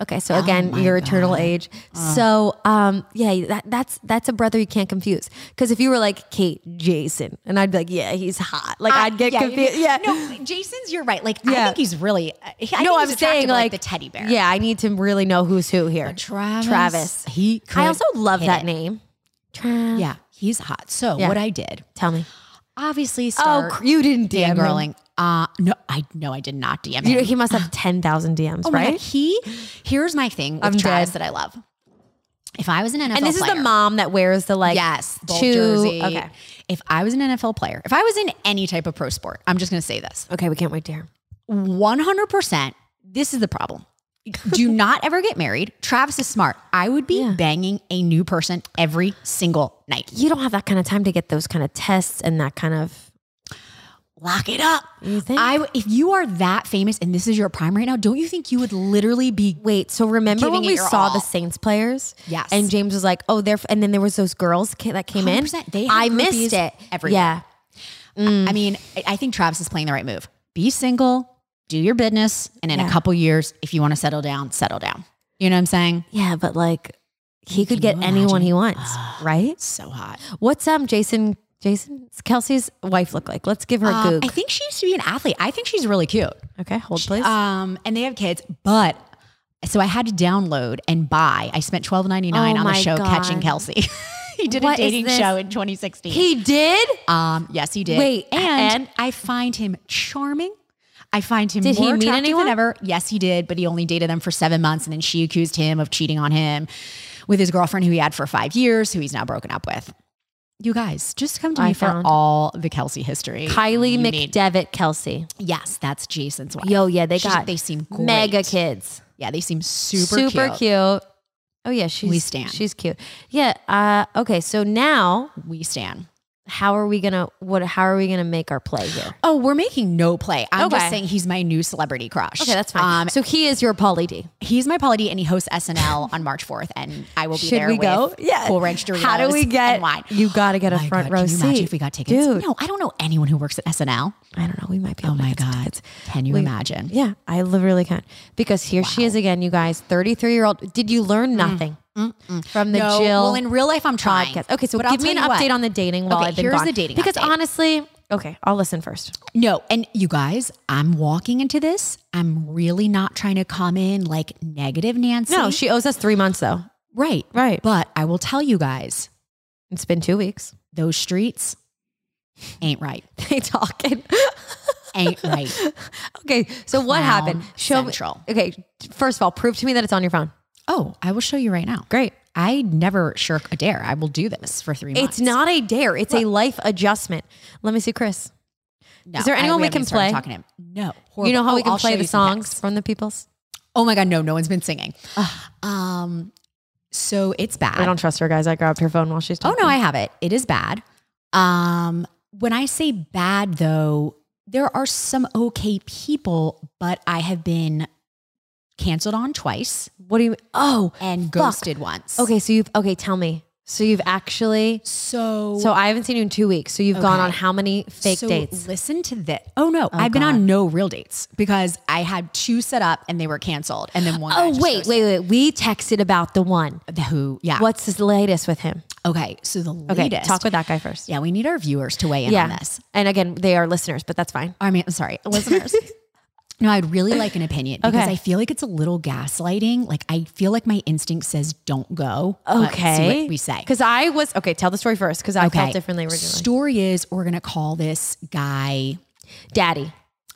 Speaker 2: Okay, so
Speaker 1: Oh
Speaker 2: again, your eternal age.
Speaker 1: Uh.
Speaker 2: So, um, yeah, that, that's that's a brother you can't confuse. Because if you were like Kate Jason, and I'd be like, yeah, he's hot. Like I'd get
Speaker 1: yeah, you-
Speaker 2: confused. Yeah,
Speaker 1: No, Jason's, you're right. Like, I
Speaker 2: Yeah.
Speaker 1: think he's really, uh, I think
Speaker 2: no,
Speaker 1: he's
Speaker 2: I'm
Speaker 1: attractive
Speaker 2: saying
Speaker 1: to,
Speaker 2: like,
Speaker 1: the teddy bear.
Speaker 2: Yeah, I need to really know who's who here.
Speaker 1: Travis.
Speaker 2: Travis.
Speaker 1: He could
Speaker 2: I also love
Speaker 1: hit
Speaker 2: that
Speaker 1: it.
Speaker 2: name. Travis.
Speaker 1: Yeah. He's hot. So
Speaker 2: Yeah.
Speaker 1: what I did,
Speaker 2: Tell me.
Speaker 1: obviously start
Speaker 2: oh, cr- you didn't DM
Speaker 1: DM
Speaker 2: him.
Speaker 1: girling. Uh, no, I no, I did not DM him.
Speaker 2: You know, he must have ten thousand DMs,
Speaker 1: Oh my God.
Speaker 2: right?
Speaker 1: He here's my thing with
Speaker 2: I'm
Speaker 1: Travis
Speaker 2: dead.
Speaker 1: that I love. If I was an NFL
Speaker 2: And this
Speaker 1: player,
Speaker 2: is the mom that wears the like
Speaker 1: yes, bowl
Speaker 2: two.
Speaker 1: jersey.
Speaker 2: Okay,
Speaker 1: If I was an NFL player, if I was in any type of pro sport, I'm just going to say this:
Speaker 2: okay, we can't wait to hear.
Speaker 1: 100. percent This is the problem. Do not ever get married. Travis is smart. I would be banging a new person every single night.
Speaker 2: You don't have that kind of time to get those kind of tests and that kind of.
Speaker 1: Lock it up.
Speaker 2: You think?
Speaker 1: I w- if you are that famous and this is your prime right now, don't you think you would literally be
Speaker 2: Wait, so remember
Speaker 1: Giving
Speaker 2: when we
Speaker 1: it your
Speaker 2: saw
Speaker 1: all.
Speaker 2: the Saints players?
Speaker 1: Yes.
Speaker 2: And James was like, "Oh, they're," f-, and then there was those girls ca- that came in.
Speaker 1: 100%. They have
Speaker 2: I
Speaker 1: groupies
Speaker 2: missed it.
Speaker 1: everywhere.
Speaker 2: Yeah,
Speaker 1: I mean, I- I think Travis is playing the right move. Be single, do your business, and in
Speaker 2: Yeah.
Speaker 1: a couple years, if you want to settle down, settle down. You know what I'm saying?
Speaker 2: yeah, but like he could
Speaker 1: Can
Speaker 2: get
Speaker 1: you
Speaker 2: anyone he
Speaker 1: imagine?
Speaker 2: wants, right?
Speaker 1: So hot.
Speaker 2: What's um Jason Jason Kelsey's wife look like? Let's give her a
Speaker 1: Um,
Speaker 2: goog.
Speaker 1: I think she used to be an athlete. I think she's really cute.
Speaker 2: okay, hold please.
Speaker 1: Um, and they have kids, but so I had to download and buy. I spent twelve ninety nine
Speaker 2: Oh
Speaker 1: on the
Speaker 2: my
Speaker 1: show
Speaker 2: God.
Speaker 1: Catching Kelsey. he did
Speaker 2: What
Speaker 1: a
Speaker 2: is
Speaker 1: dating
Speaker 2: this?
Speaker 1: show in 2016.
Speaker 2: he did.
Speaker 1: um, yes, he did.
Speaker 2: Wait,
Speaker 1: and,
Speaker 2: and-
Speaker 1: I find him charming. I find him
Speaker 2: Did he
Speaker 1: more
Speaker 2: meet
Speaker 1: attractive
Speaker 2: anyone?
Speaker 1: than ever. Yes, he did, but he only dated them for seven months, and then she accused him of cheating on him with his girlfriend, who he had for five years, who he's now broken up with. You guys, just come to
Speaker 2: I
Speaker 1: me for
Speaker 2: found-
Speaker 1: all the Kelsey history.
Speaker 2: Kylie
Speaker 1: you need.
Speaker 2: McDevitt Kelsey.
Speaker 1: Yes, that's Jason's wife.
Speaker 2: Yo, yeah, they
Speaker 1: She's-
Speaker 2: got
Speaker 1: they seem great.
Speaker 2: mega kids.
Speaker 1: Yeah, they seem super,
Speaker 2: super
Speaker 1: cute.
Speaker 2: cute. Oh yeah, she's
Speaker 1: stand.
Speaker 2: She's cute. Yeah. Uh, okay, so now
Speaker 1: We stand.
Speaker 2: how are we gonna what? How are we gonna make our play here?
Speaker 1: Oh, we're making no play. I'm
Speaker 2: Okay.
Speaker 1: just saying he's my new celebrity crush.
Speaker 2: Okay, that's fine.
Speaker 1: Um,
Speaker 2: so he is your Pauly D.
Speaker 1: he's my Polly D, and he hosts SNL on March 4th, and I will be
Speaker 2: Should
Speaker 1: there
Speaker 2: we
Speaker 1: with
Speaker 2: go? Yeah.
Speaker 1: Cool Ranch Doritos
Speaker 2: How do we get?
Speaker 1: and wine. Oh
Speaker 2: You got to get a
Speaker 1: My
Speaker 2: front
Speaker 1: God,
Speaker 2: row
Speaker 1: can you imagine
Speaker 2: seat.
Speaker 1: if we got tickets?
Speaker 2: Dude.
Speaker 1: No, I don't know anyone who works at SNL.
Speaker 2: I don't know. We might be.
Speaker 1: Oh
Speaker 2: able to
Speaker 1: my
Speaker 2: get some
Speaker 1: God.
Speaker 2: tickets.
Speaker 1: Can you
Speaker 2: We-
Speaker 1: imagine?
Speaker 2: Yeah, I literally can because here she is again, you guys. Thirty-three year old. Did you learn nothing from the
Speaker 1: no,
Speaker 2: Jill?
Speaker 1: well, in real life, I'm trying.
Speaker 2: podcast. Okay, so
Speaker 1: But I'll
Speaker 2: give me an
Speaker 1: tell you
Speaker 2: update
Speaker 1: what.
Speaker 2: on the dating while
Speaker 1: Okay,
Speaker 2: I've been
Speaker 1: here's
Speaker 2: gone.
Speaker 1: the dating
Speaker 2: because
Speaker 1: update.
Speaker 2: honestly, okay, I'll listen first.
Speaker 1: No, and you guys, I'm walking into this. I'm really not trying to come in like negative Nancy.
Speaker 2: No, she owes us three months though.
Speaker 1: right,
Speaker 2: Right.
Speaker 1: But I will tell you guys,
Speaker 2: It's been two weeks.
Speaker 1: those streets ain't right.
Speaker 2: They talking.
Speaker 1: Ain't right.
Speaker 2: okay, so what
Speaker 1: Clown
Speaker 2: happened?
Speaker 1: Central.
Speaker 2: me. Okay, first of all, prove to me that it's on your phone.
Speaker 1: Oh, I will show you right now.
Speaker 2: Great.
Speaker 1: I never shirk a dare. I will do this for three months.
Speaker 2: It's not a dare. It's a life adjustment. Let me see, Chris.
Speaker 1: No,
Speaker 2: is there
Speaker 1: I-
Speaker 2: anyone we
Speaker 1: haven't
Speaker 2: can
Speaker 1: even started
Speaker 2: play?
Speaker 1: Talking to him. No.
Speaker 2: You know how
Speaker 1: Horrible.
Speaker 2: we
Speaker 1: Oh,
Speaker 2: can
Speaker 1: I'll show
Speaker 2: play the
Speaker 1: you some
Speaker 2: songs
Speaker 1: pics.
Speaker 2: from the peoples?
Speaker 1: Oh my God. No, no one's been singing. um, so it's bad.
Speaker 2: I don't trust her, guys. I grabbed her phone while she's
Speaker 1: Oh
Speaker 2: talking.
Speaker 1: no, I have it. It is bad. Um, when I say bad though, there are some okay people, but I have been canceled on twice
Speaker 2: What do you? Oh,
Speaker 1: and
Speaker 2: Fuck.
Speaker 1: ghosted once.
Speaker 2: okay. So you've okay. Tell me. So you've actually.
Speaker 1: So
Speaker 2: So I haven't seen you in two weeks. So you've gone
Speaker 1: Okay.
Speaker 2: on how many fake
Speaker 1: so
Speaker 2: dates?
Speaker 1: Listen to this. Oh no, I've been
Speaker 2: God.
Speaker 1: on no real dates because I had two set up and they were canceled, and then one. guy
Speaker 2: Oh
Speaker 1: just
Speaker 2: wait, wait, wait. We texted about the one.
Speaker 1: ghosted. Who? Yeah.
Speaker 2: What's the latest with him?
Speaker 1: Okay. So the
Speaker 2: Okay,
Speaker 1: latest.
Speaker 2: talk with that guy first.
Speaker 1: yeah, we need our viewers to weigh in on this.
Speaker 2: And again, they are listeners, but that's fine.
Speaker 1: I mean, sorry, listeners. No, I'd really like an opinion because
Speaker 2: Okay.
Speaker 1: I feel like it's a little gaslighting. Like I feel like my instinct says don't go. but see
Speaker 2: Okay.
Speaker 1: what we say.
Speaker 2: Because I was, okay, tell the story first because I felt
Speaker 1: Okay.
Speaker 2: differently originally.
Speaker 1: Story is we're gonna call this guy
Speaker 2: Daddy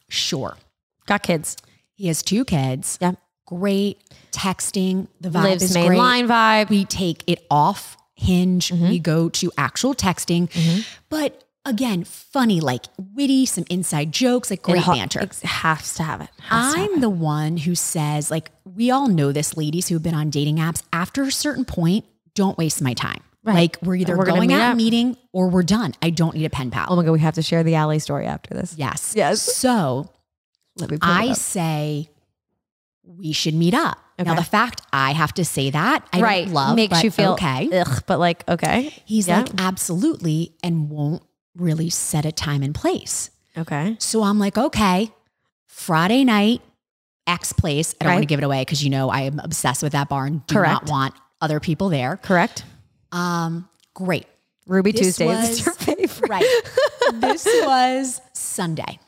Speaker 1: Sure.
Speaker 2: got kids.
Speaker 1: He has two kids.
Speaker 2: Yeah.
Speaker 1: Great texting. The vibe
Speaker 2: Lives
Speaker 1: is
Speaker 2: main
Speaker 1: great.
Speaker 2: line vibe. Mm-hmm.
Speaker 1: We take it off hinge. We go to actual texting, but Again, funny, like witty, some inside jokes, like great
Speaker 2: It ha-
Speaker 1: banter.
Speaker 2: It has to have it. Has to have
Speaker 1: I'm the one who says, like, we all know this, ladies who've been on dating apps. After a certain point, don't waste my time.
Speaker 2: Right.
Speaker 1: Like, we're either
Speaker 2: We're gonna
Speaker 1: going
Speaker 2: meet
Speaker 1: out
Speaker 2: up.
Speaker 1: meeting or we're done. I don't need a pen
Speaker 2: Oh
Speaker 1: pal.
Speaker 2: my god, we have to share the alley story after this.
Speaker 1: Yes.
Speaker 2: Yes.
Speaker 1: So
Speaker 2: Let me. Pull
Speaker 1: I
Speaker 2: it up. say,
Speaker 1: say we should meet up. Now,
Speaker 2: Okay.
Speaker 1: the fact I have to say that, I
Speaker 2: right,
Speaker 1: don't love,
Speaker 2: makes
Speaker 1: but
Speaker 2: you feel
Speaker 1: okay.
Speaker 2: Ugh, but like okay,
Speaker 1: He's
Speaker 2: Yeah.
Speaker 1: like, absolutely, and won't really set a time and place.
Speaker 2: okay,
Speaker 1: So I'm like, okay, Friday night, X place. I don't want
Speaker 2: Right.
Speaker 1: to give it away because you know I am obsessed with that bar and do
Speaker 2: Correct.
Speaker 1: not want other people there.
Speaker 2: correct.
Speaker 1: Um, great.
Speaker 2: Ruby
Speaker 1: This
Speaker 2: Tuesdays is
Speaker 1: was-
Speaker 2: your favorite,
Speaker 1: Right. this was Sunday.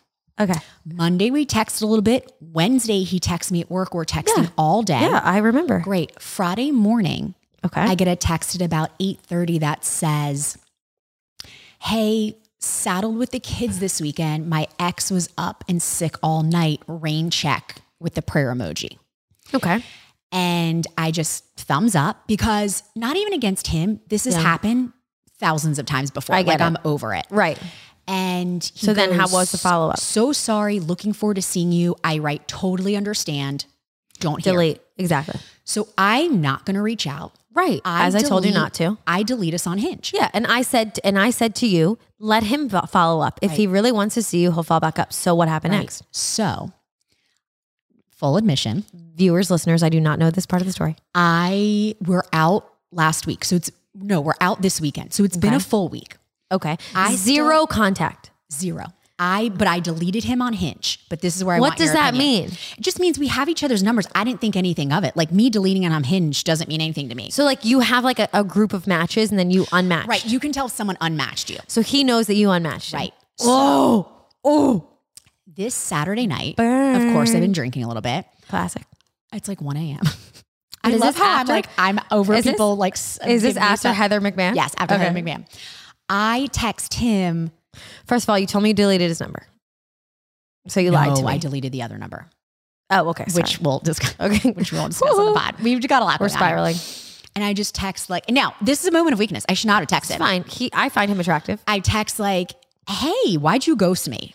Speaker 2: Okay,
Speaker 1: Monday we texted a little bit. Wednesday he texts me at work. We're texting
Speaker 2: Yeah.
Speaker 1: all day.
Speaker 2: yeah, I remember.
Speaker 1: Great. Friday morning,
Speaker 2: Okay,
Speaker 1: I get a text at about 8:30 that says, "Hey, saddled with the kids this weekend. My ex was up and sick all night. Rain check with the prayer emoji."
Speaker 2: okay,
Speaker 1: And I just thumbs up because not even against him. This has
Speaker 2: Yeah.
Speaker 1: happened thousands of times before.
Speaker 2: I
Speaker 1: like
Speaker 2: get it.
Speaker 1: I'm over it.
Speaker 2: right,
Speaker 1: And he
Speaker 2: So then how
Speaker 1: goes,
Speaker 2: was the follow-up?
Speaker 1: So sorry, looking forward to seeing you. I write totally understand. Don't hear.
Speaker 2: delete exactly.
Speaker 1: So I'm not going to reach out.
Speaker 2: Right,
Speaker 1: I
Speaker 2: as I told you
Speaker 1: delete-
Speaker 2: not to.
Speaker 1: I delete us on Hinge.
Speaker 2: Yeah, and I said, and I said to you, let him fo- follow up. If he really wants to see you, he'll follow back up. So what happened
Speaker 1: Right.
Speaker 2: next?
Speaker 1: So, full admission,
Speaker 2: Viewers, listeners, I do not know this part of the story.
Speaker 1: I we're out last week. So it's no, we're out this weekend. So it's been
Speaker 2: Okay.
Speaker 1: a full week.
Speaker 2: Okay,
Speaker 1: I
Speaker 2: zero contact.
Speaker 1: Zero. I but I deleted him on Hinge. But this is where I
Speaker 2: What
Speaker 1: want
Speaker 2: does
Speaker 1: your
Speaker 2: that
Speaker 1: opinion.
Speaker 2: mean?
Speaker 1: It just means we have each other's numbers. I didn't think anything of it. Like me deleting it on Hinge doesn't mean anything to me.
Speaker 2: So like you have like a, a group of matches and then you unmatch.
Speaker 1: Right. You can tell if someone unmatched you.
Speaker 2: So he knows that you unmatched. him.
Speaker 1: Right.
Speaker 2: Oh, oh.
Speaker 1: This Saturday night, of course, I've been drinking a little bit.
Speaker 2: Classic.
Speaker 1: It's like 1 a.m.
Speaker 2: And
Speaker 1: I
Speaker 2: is
Speaker 1: love
Speaker 2: this
Speaker 1: how
Speaker 2: after-
Speaker 1: I'm like, I'm over
Speaker 2: is this-
Speaker 1: people like. s-
Speaker 2: Is this
Speaker 1: giving me
Speaker 2: after
Speaker 1: stuff.
Speaker 2: Heather McMahon?
Speaker 1: Yes, after
Speaker 2: Okay.
Speaker 1: Heather McMahon. I text him.
Speaker 2: First of all, you told me you deleted his number. So you lied to
Speaker 1: No,
Speaker 2: me.
Speaker 1: I deleted the other number,
Speaker 2: oh, okay. Sorry.
Speaker 1: which we'll discuss.
Speaker 2: okay.
Speaker 1: Which we won't discuss on the pod. We've got a lot.
Speaker 2: We're
Speaker 1: going on here.
Speaker 2: spiraling.
Speaker 1: And I just text like, now this is a moment of weakness. I should not have
Speaker 2: It's
Speaker 1: texted.
Speaker 2: fine. He, I find him attractive.
Speaker 1: I text like, hey, why'd you ghost me?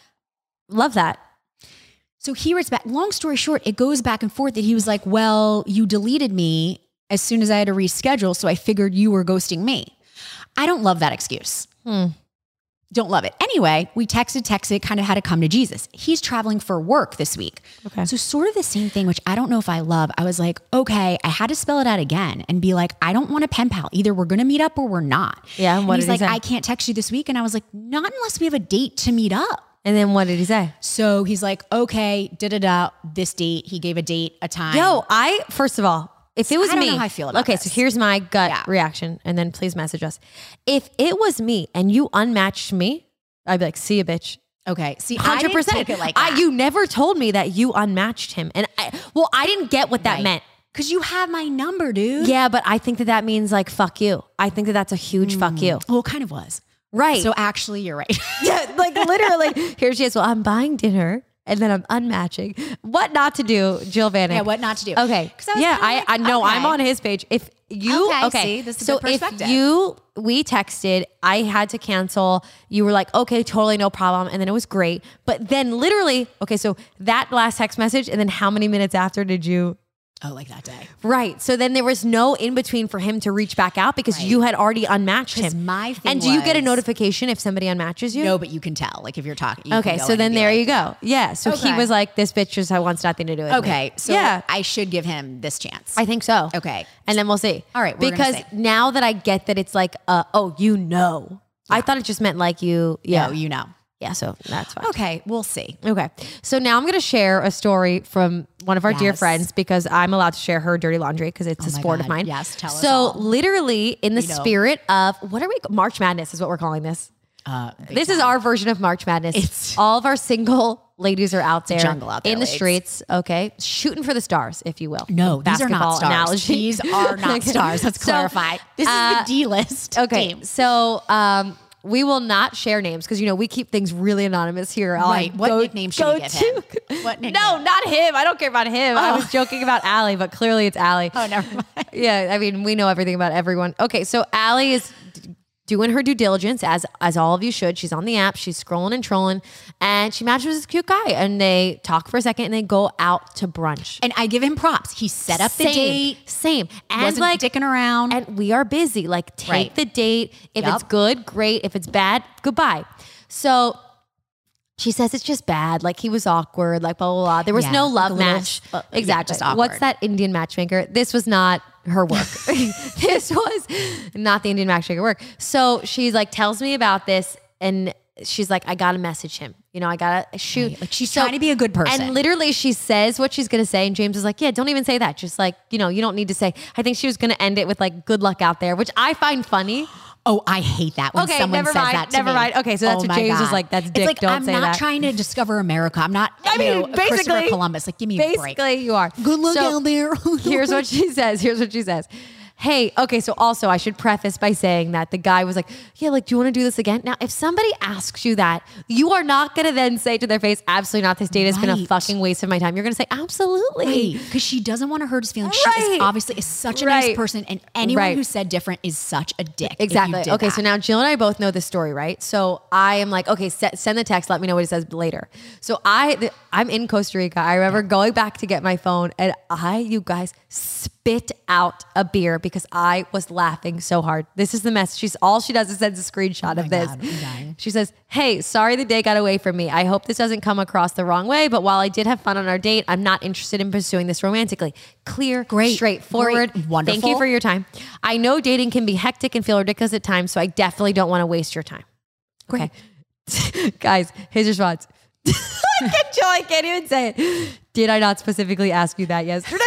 Speaker 2: Love that.
Speaker 1: So he writes back. Long story short, it goes back and forth that he was like, Well, you deleted me as soon as I had to reschedule. So I figured you were ghosting me. I don't love that excuse.
Speaker 2: Hmm.
Speaker 1: Don't love it. Anyway, we texted, texted, kind of had to come to Jesus. He's traveling for work this week.
Speaker 2: Okay.
Speaker 1: So, sort of the same thing, which I don't know if I love. I was like, okay, I had to spell it out again and be like, I don't want a pen pal. Either we're going to meet up or we're not.
Speaker 2: Yeah, and
Speaker 1: And
Speaker 2: what
Speaker 1: he's
Speaker 2: did
Speaker 1: like,
Speaker 2: he say?
Speaker 1: I can't text you this week. And I was like, not unless we have a date to meet up.
Speaker 2: and then what did he say?
Speaker 1: So he's like, okay, da da da, this date. He gave a date, a time.
Speaker 2: Yo, I first of all, if it was
Speaker 1: I don't
Speaker 2: me,
Speaker 1: know how I feel about
Speaker 2: okay. So
Speaker 1: this.
Speaker 2: here's my gut
Speaker 1: Yeah.
Speaker 2: reaction, and then please message us. If it was me and you unmatched me, I'd be like, "See ya, bitch."
Speaker 1: Okay. See,
Speaker 2: Hundred percent.
Speaker 1: like
Speaker 2: I, you never told me that you unmatched him, and I, well, I didn't get what that
Speaker 1: Right.
Speaker 2: meant.
Speaker 1: because you have my number, dude.
Speaker 2: Yeah, but I think that that means like fuck you. I think that that's a huge fuck you.
Speaker 1: Well, it kind of was.
Speaker 2: Right.
Speaker 1: So actually, you're right.
Speaker 2: yeah, like literally, here she is. Well, I'm buying dinner, and then I'm unmatching. What not to do, Jill Vanek?
Speaker 1: yeah. What not to do?
Speaker 2: Okay.
Speaker 1: 'Cause I was
Speaker 2: yeah,
Speaker 1: kinda
Speaker 2: I,
Speaker 1: like,
Speaker 2: I know I'm
Speaker 1: okay.
Speaker 2: on his page. If you okay,
Speaker 1: Okay, see, this is
Speaker 2: so
Speaker 1: a good perspective.
Speaker 2: if you we texted, I had to cancel. You were like, okay, totally no problem, and then it was great. But then literally, okay, so that last text message, and then how many minutes after did you?
Speaker 1: Oh, like that day.
Speaker 2: Right. So then there was no in between for him to reach back out because you had already unmatched
Speaker 1: 'Cause
Speaker 2: him.
Speaker 1: my thing
Speaker 2: and do you get a
Speaker 1: was-
Speaker 2: notification if somebody unmatches you?
Speaker 1: No, but you can tell. Like if you're talking. you
Speaker 2: Okay,
Speaker 1: can go
Speaker 2: so
Speaker 1: in
Speaker 2: then
Speaker 1: and be
Speaker 2: there
Speaker 1: like,
Speaker 2: you go. Yeah. So he
Speaker 1: Okay.
Speaker 2: was like, "This bitch just wants nothing to do with me."
Speaker 1: Okay. So
Speaker 2: yeah,
Speaker 1: I should give him this chance.
Speaker 2: I think so.
Speaker 1: okay.
Speaker 2: and then we'll see.
Speaker 1: All right, we're gonna
Speaker 2: because
Speaker 1: see.
Speaker 2: now that I get that it's like, uh, oh, you know, I thought it just meant like you, yeah,
Speaker 1: No, you know.
Speaker 2: yeah. So that's fine.
Speaker 1: Okay. We'll see.
Speaker 2: Okay, so now I'm gonna share a story from one of our dear
Speaker 1: Yes. Oh
Speaker 2: friends because I'm allowed to share her dirty laundry because it's a
Speaker 1: my
Speaker 2: sport of
Speaker 1: God.
Speaker 2: mine.
Speaker 1: Yes, tell us
Speaker 2: So
Speaker 1: all.
Speaker 2: literally, in the
Speaker 1: We know.
Speaker 2: spirit of what are we? March Madness is what we're calling this.
Speaker 1: Uh,
Speaker 2: This is our version of March Madness.
Speaker 1: It's-
Speaker 2: all of our single ladies are out there,
Speaker 1: jungle out there,
Speaker 2: in the
Speaker 1: ladies.
Speaker 2: streets. Okay, shooting for the stars, if you will.
Speaker 1: no, these are
Speaker 2: Basketball
Speaker 1: not stars.
Speaker 2: analogy.
Speaker 1: These are not
Speaker 2: Okay.
Speaker 1: stars. Let's
Speaker 2: So,
Speaker 1: clarify. This
Speaker 2: uh,
Speaker 1: is the D list.
Speaker 2: Okay, so um, we will not share names because you know we keep things really anonymous here. on
Speaker 1: Right. What
Speaker 2: Go-
Speaker 1: nickname should we
Speaker 2: Go
Speaker 1: give him? What nickname?
Speaker 2: No, not him. I don't care about him. I was joking about Allie, but clearly it's Allie.
Speaker 1: Oh, never mind.
Speaker 2: Yeah, I mean we know everything about everyone. Okay, so Allie is doing her due diligence as as all of you should. She's on the app, she's scrolling and trolling, and she matches this cute guy, and they talk for a second, and they go out to brunch.
Speaker 1: And I give him props. He set up the
Speaker 2: same,
Speaker 1: date.
Speaker 2: same, and
Speaker 1: wasn't
Speaker 2: like
Speaker 1: dicking around.
Speaker 2: and we are busy. Like, take
Speaker 1: Right.
Speaker 2: the date. If it's
Speaker 1: Yup.
Speaker 2: good, great. If it's bad, goodbye. So she says it's just bad. Like he was awkward. Like blah blah blah. There was
Speaker 1: Yeah,
Speaker 2: no
Speaker 1: like
Speaker 2: love
Speaker 1: a little-
Speaker 2: match.
Speaker 1: uh, yeah,
Speaker 2: exactly.
Speaker 1: just awkward.
Speaker 2: What's that Indian matchmaker? This was not her work. this was not the Indian matchmaker work. So she's like tells me about this, and she's like, I gotta message him. You know, I gotta shoot.
Speaker 1: Right. Like, she's
Speaker 2: So-
Speaker 1: trying to be a good person.
Speaker 2: And literally, she says what she's gonna say, and James is like, "Yeah, don't even say that. Just like, you know, you don't need to say." I think she was gonna end it with like, "Good luck out there," which I find funny.
Speaker 1: Oh, I hate that when
Speaker 2: Okay,
Speaker 1: someone
Speaker 2: never
Speaker 1: says
Speaker 2: mind,
Speaker 1: that to
Speaker 2: never
Speaker 1: me. Oh
Speaker 2: mind. Okay, so that's what
Speaker 1: my
Speaker 2: James was like, that's dick,
Speaker 1: It's like,
Speaker 2: don't
Speaker 1: I'm
Speaker 2: say
Speaker 1: not
Speaker 2: that.
Speaker 1: trying to discover America. I'm not,
Speaker 2: I
Speaker 1: I mean,
Speaker 2: mean,
Speaker 1: you know, Christopher
Speaker 2: basically-
Speaker 1: Columbus. Like, give me a break.
Speaker 2: Basically, you are
Speaker 1: Good luck
Speaker 2: So,
Speaker 1: down there.
Speaker 2: here's what she says. Here's what she says. Hey, okay, so also I should preface by saying that the guy was like, Yeah, like, do you want to do this again? Now, if somebody asks you that, you are not gonna then say to their face, Absolutely not, this date has been a
Speaker 1: Right.
Speaker 2: fucking waste of my time. You're gonna say, Absolutely.
Speaker 1: Because she doesn't want to hurt his feelings. She
Speaker 2: Right.
Speaker 1: is obviously is such a
Speaker 2: Right.
Speaker 1: nice person, and anyone
Speaker 2: Right.
Speaker 1: who said different is such a dick. if you
Speaker 2: Exactly.
Speaker 1: did
Speaker 2: Okay,
Speaker 1: that.
Speaker 2: so now Jill and I both know this story, right? So I am like, okay, se- send the text. Let me know what it says later. So I, th- I'm in Costa Rica. I remember going back to get my phone, and I, you guys, spit out a beer because I was laughing so hard. This is the mess. She's all she does is sends a screenshot of this.
Speaker 1: Oh God, I'm dying.
Speaker 2: She says, "Hey, sorry the day got away from me. I hope this doesn't come across the wrong way, but while I did have fun on our date, I'm not interested in pursuing this romantically. Clear,
Speaker 1: Great.
Speaker 2: straightforward,
Speaker 1: Great. Wonderful.
Speaker 2: Thank you for your time. I know dating can be hectic and feel ridiculous at times, so I definitely don't want to waste your time.
Speaker 1: Great.
Speaker 2: Okay. Guys, his response. I can't- Joe, I can't even say it. Did I not specifically ask you that yesterday?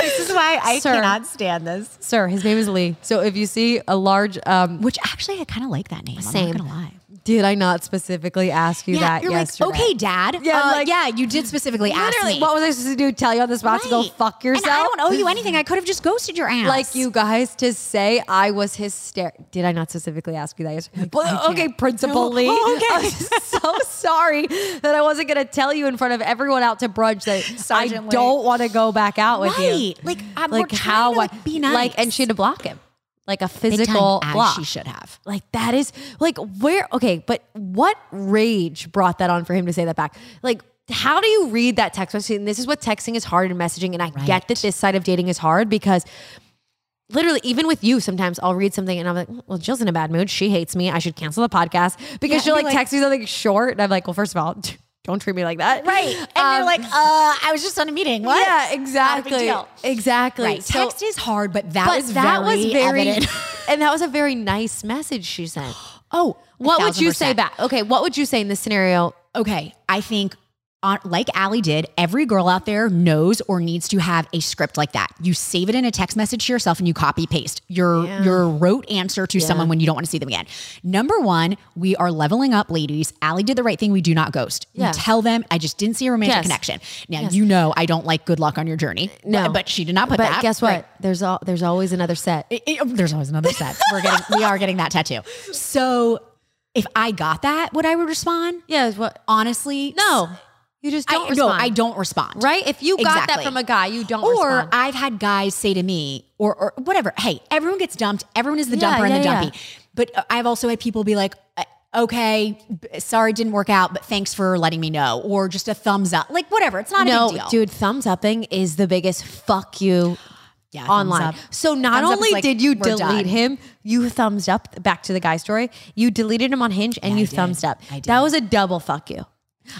Speaker 1: This is why I
Speaker 2: Sir.
Speaker 1: cannot stand this.
Speaker 2: Sir, his name is Lee. So if you see a large, um,
Speaker 1: Which actually, I kind of like that name. I'm
Speaker 2: Same.
Speaker 1: not gonna lie.
Speaker 2: did I not specifically ask you that
Speaker 1: you're
Speaker 2: yesterday?
Speaker 1: like, okay, Dad.
Speaker 2: Yeah,
Speaker 1: Yeah,
Speaker 2: like-
Speaker 1: yeah, you did specifically ask
Speaker 2: Literally,
Speaker 1: me.
Speaker 2: what was I supposed to do? Tell you on the spot to go
Speaker 1: Right.
Speaker 2: fuck yourself?
Speaker 1: And I don't owe you anything. I could have just ghosted your ass.
Speaker 2: like you guys to say I was hysterical. Did I not specifically ask you that yesterday? Well,
Speaker 1: I can't.
Speaker 2: okay, Principal
Speaker 1: No.
Speaker 2: Lee.
Speaker 1: Oh, okay.
Speaker 2: I'm so sorry that I wasn't going to tell you in front of everyone out to brunch that
Speaker 1: Sergeant
Speaker 2: I
Speaker 1: Lee.
Speaker 2: don't want to go back out with you.
Speaker 1: Right. Like, I'm- we're trying to, like, be nice.
Speaker 2: Like, and she had to block him, like a
Speaker 1: Big time
Speaker 2: physical
Speaker 1: as
Speaker 2: block.
Speaker 1: She should have.
Speaker 2: Like that is like where okay, but what rage brought that on for him to say that back? Like how do you read that text message? And this is what texting is hard and messaging. And I get that this side of dating is hard because literally, even with you, sometimes I'll read something and I'm like, well, Jill's in a bad mood. She hates me. I should cancel the podcast because
Speaker 1: Yeah,
Speaker 2: she'll
Speaker 1: and you're
Speaker 2: like,
Speaker 1: like-
Speaker 2: text me something short. And I'm like, well, first of all, don't treat me like that.
Speaker 1: And
Speaker 2: Um,
Speaker 1: you're like, uh, I was just on a meeting. What?
Speaker 2: yeah,
Speaker 1: Not a big
Speaker 2: exactly.
Speaker 1: deal.
Speaker 2: Exactly.
Speaker 1: Right.
Speaker 2: So-
Speaker 1: Text is hard, but that
Speaker 2: but
Speaker 1: was
Speaker 2: that
Speaker 1: very,
Speaker 2: was very,
Speaker 1: evident.
Speaker 2: and that was a very nice message she sent.
Speaker 1: Oh,
Speaker 2: What would you
Speaker 1: 1000%.
Speaker 2: say back? Okay, what would you say in this scenario?
Speaker 1: Okay, I think. On, like Allie did, every girl out there knows or needs to have a script like that. You save it in a text message to yourself and you copy paste your
Speaker 2: Yeah.
Speaker 1: your rote answer to someone when you don't want to see them again. Number one, we are leveling up, ladies. Allie did the right thing. We do not ghost.
Speaker 2: Yeah.
Speaker 1: You tell them, I just didn't see a romantic
Speaker 2: Yes.
Speaker 1: connection. Now you know I don't like good luck on your journey.
Speaker 2: No.
Speaker 1: but, but she did not put
Speaker 2: But
Speaker 1: that.
Speaker 2: guess what? There's all there's always another set.
Speaker 1: It- it- there's always another set. We're getting, we are getting that tattoo. So, if I got that, would I would respond?
Speaker 2: Yeah. What?
Speaker 1: Honestly,
Speaker 2: No, you just don't
Speaker 1: I,
Speaker 2: respond.
Speaker 1: no, I don't respond.
Speaker 2: Right? If you got that
Speaker 1: Exactly.
Speaker 2: from a guy, you don't
Speaker 1: Or
Speaker 2: respond.
Speaker 1: I've had guys say to me, or or whatever. Hey, everyone gets dumped. Everyone is the
Speaker 2: Yeah,
Speaker 1: dumper and the
Speaker 2: yeah,
Speaker 1: dumpy. But uh, I've also had people be like, uh, "Okay, b- sorry, it didn't work out, but thanks for letting me know," or just a thumbs up, like whatever. It's not a
Speaker 2: no,
Speaker 1: big deal.
Speaker 2: dude, thumbs upping is the biggest fuck you
Speaker 1: Yeah, thumbs
Speaker 2: online.
Speaker 1: up.
Speaker 2: So not
Speaker 1: Thumbs up is
Speaker 2: only
Speaker 1: like,
Speaker 2: did you
Speaker 1: we're
Speaker 2: delete
Speaker 1: done.
Speaker 2: him, you thumbs up back to the guy story. You deleted him on Hinge and you
Speaker 1: did.
Speaker 2: thumbs up.
Speaker 1: I did.
Speaker 2: That was a double fuck you.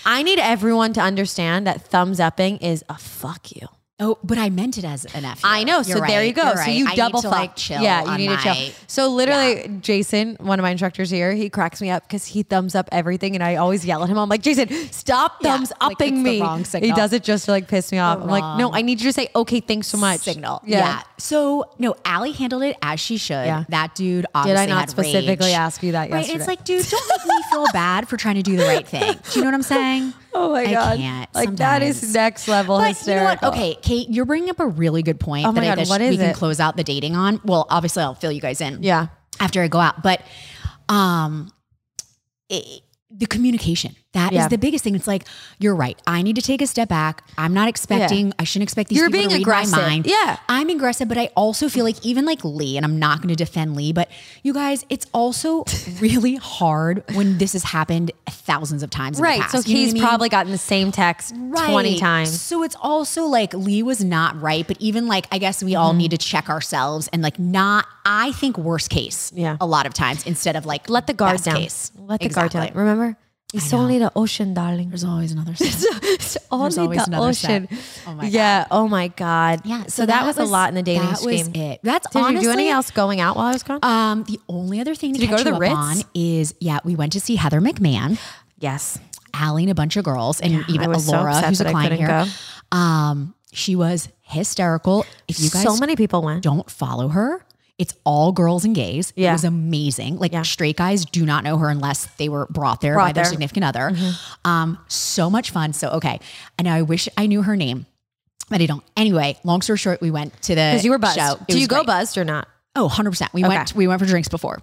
Speaker 2: I need everyone to understand that thumbs upping is a fuck you.
Speaker 1: Oh, but I meant it as an F.
Speaker 2: I know. so there you go. So you double
Speaker 1: I need to,
Speaker 2: fuck.
Speaker 1: like chill.
Speaker 2: Yeah, you
Speaker 1: on
Speaker 2: need
Speaker 1: my,
Speaker 2: to chill. So literally, Jason, one of my instructors here, he cracks me up because he thumbs up everything, and I always yell at him. I'm like, Jason, stop
Speaker 1: Yeah,
Speaker 2: thumbs
Speaker 1: like,
Speaker 2: upping
Speaker 1: it's the
Speaker 2: me.
Speaker 1: wrong
Speaker 2: He
Speaker 1: signal.
Speaker 2: does it just to like piss me off. I'm like, no,
Speaker 1: wrong
Speaker 2: I need you to say okay, thanks so much.
Speaker 1: signal.
Speaker 2: Yeah.
Speaker 1: Yeah. So no, Allie handled it as she should.
Speaker 2: Yeah.
Speaker 1: That dude obviously
Speaker 2: not
Speaker 1: had
Speaker 2: specifically
Speaker 1: rage.
Speaker 2: ask you that
Speaker 1: Right.
Speaker 2: yesterday?
Speaker 1: It's like, dude, don't make me feel bad for trying to do the right thing. Do you know what I'm saying?
Speaker 2: Oh my god!
Speaker 1: I can't.
Speaker 2: like that is
Speaker 1: sometimes.
Speaker 2: next level
Speaker 1: But you know
Speaker 2: hysterical.
Speaker 1: what? Okay, Kate, you're bringing up a really good point
Speaker 2: Oh my
Speaker 1: that I
Speaker 2: God,
Speaker 1: guess
Speaker 2: what
Speaker 1: we
Speaker 2: is
Speaker 1: can
Speaker 2: it?
Speaker 1: close out the dating on. Well, obviously, I'll fill you guys in.
Speaker 2: Yeah.
Speaker 1: after I go out. But um, it, the communication That is
Speaker 2: Yeah.
Speaker 1: the biggest thing. It's like, you're right. I need to take a step back. I'm not expecting, I shouldn't expect these
Speaker 2: You're
Speaker 1: people to
Speaker 2: being
Speaker 1: read
Speaker 2: aggressive.
Speaker 1: my mind.
Speaker 2: Yeah.
Speaker 1: I'm aggressive, but I also feel like even like Lee, and I'm not going to defend Lee, but you guys, it's also really hard when this has happened thousands of times. in the
Speaker 2: Right.
Speaker 1: past.
Speaker 2: So
Speaker 1: You know what I
Speaker 2: he's
Speaker 1: mean?
Speaker 2: probably gotten the same text
Speaker 1: Right.
Speaker 2: 20 times.
Speaker 1: So it's also like Lee was not right, but even like I guess we
Speaker 2: Mm-hmm.
Speaker 1: all need to check ourselves and like not. I think worst case,
Speaker 2: Yeah.
Speaker 1: a lot of times instead of like
Speaker 2: Let the guard
Speaker 1: best
Speaker 2: down.
Speaker 1: Case.
Speaker 2: Let the
Speaker 1: Exactly.
Speaker 2: guard down. Remember? It's only the ocean, darling.
Speaker 1: There's always another. side.
Speaker 2: It's only
Speaker 1: always
Speaker 2: the
Speaker 1: another
Speaker 2: ocean.
Speaker 1: set. Oh my
Speaker 2: yeah. Oh my God.
Speaker 1: yeah.
Speaker 2: So, that, was, a lot in the dating
Speaker 1: that
Speaker 2: scheme. Uh,
Speaker 1: Was it. That's
Speaker 2: Did
Speaker 1: honestly.
Speaker 2: you do anything else going out while I was gone?
Speaker 1: Um, the only other thing to
Speaker 2: Did you go
Speaker 1: catch
Speaker 2: to the
Speaker 1: up
Speaker 2: Ritz?
Speaker 1: on is yeah, we went to see Heather McMahon.
Speaker 2: yes.
Speaker 1: Allie and a bunch of girls, and even
Speaker 2: I was so
Speaker 1: Alora,
Speaker 2: upset
Speaker 1: who's a
Speaker 2: that I
Speaker 1: client
Speaker 2: couldn't
Speaker 1: here. Um, she was hysterical. If you guys
Speaker 2: so many people went.
Speaker 1: don't follow her. It's all girls and gays. It
Speaker 2: Uh-huh. Yeah.
Speaker 1: was amazing. Like
Speaker 2: Yeah.
Speaker 1: straight guys do not know her unless they were brought there by
Speaker 2: Brought
Speaker 1: their
Speaker 2: there. Mm-hmm.
Speaker 1: significant other. Um, so much fun. So okay, and I wish I knew her name, but I don't. Anyway, long story short, we went to the
Speaker 2: Because you were buzzed.
Speaker 1: Show. It
Speaker 2: Do
Speaker 1: was
Speaker 2: you go
Speaker 1: great.
Speaker 2: buzzed or not?
Speaker 1: Oh, 100 percent. We went. We went for drinks before,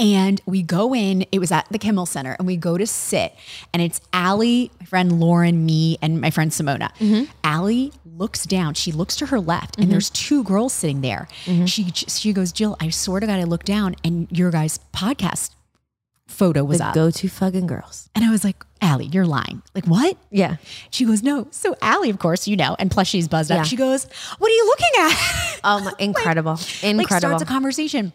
Speaker 1: and we go in. It was at the Kimmel Center, and we go to sit, and it's Allie, my friend Lauren, me, and my friend Simona. Allie looks down. She looks to her left, and there's two girls sitting there. She she goes, Jill. I swear to God, I looked down, and your guys' podcast photo was up,
Speaker 2: Go to fucking girls.
Speaker 1: and I was like, Allie, you're lying. Like what?
Speaker 2: Yeah.
Speaker 1: She goes, no. So Allie, of course, you know, and plus she's buzzed
Speaker 2: Yeah.
Speaker 1: up. She goes, what are you looking at?
Speaker 2: Oh my, incredible.
Speaker 1: like
Speaker 2: incredible.
Speaker 1: starts a conversation.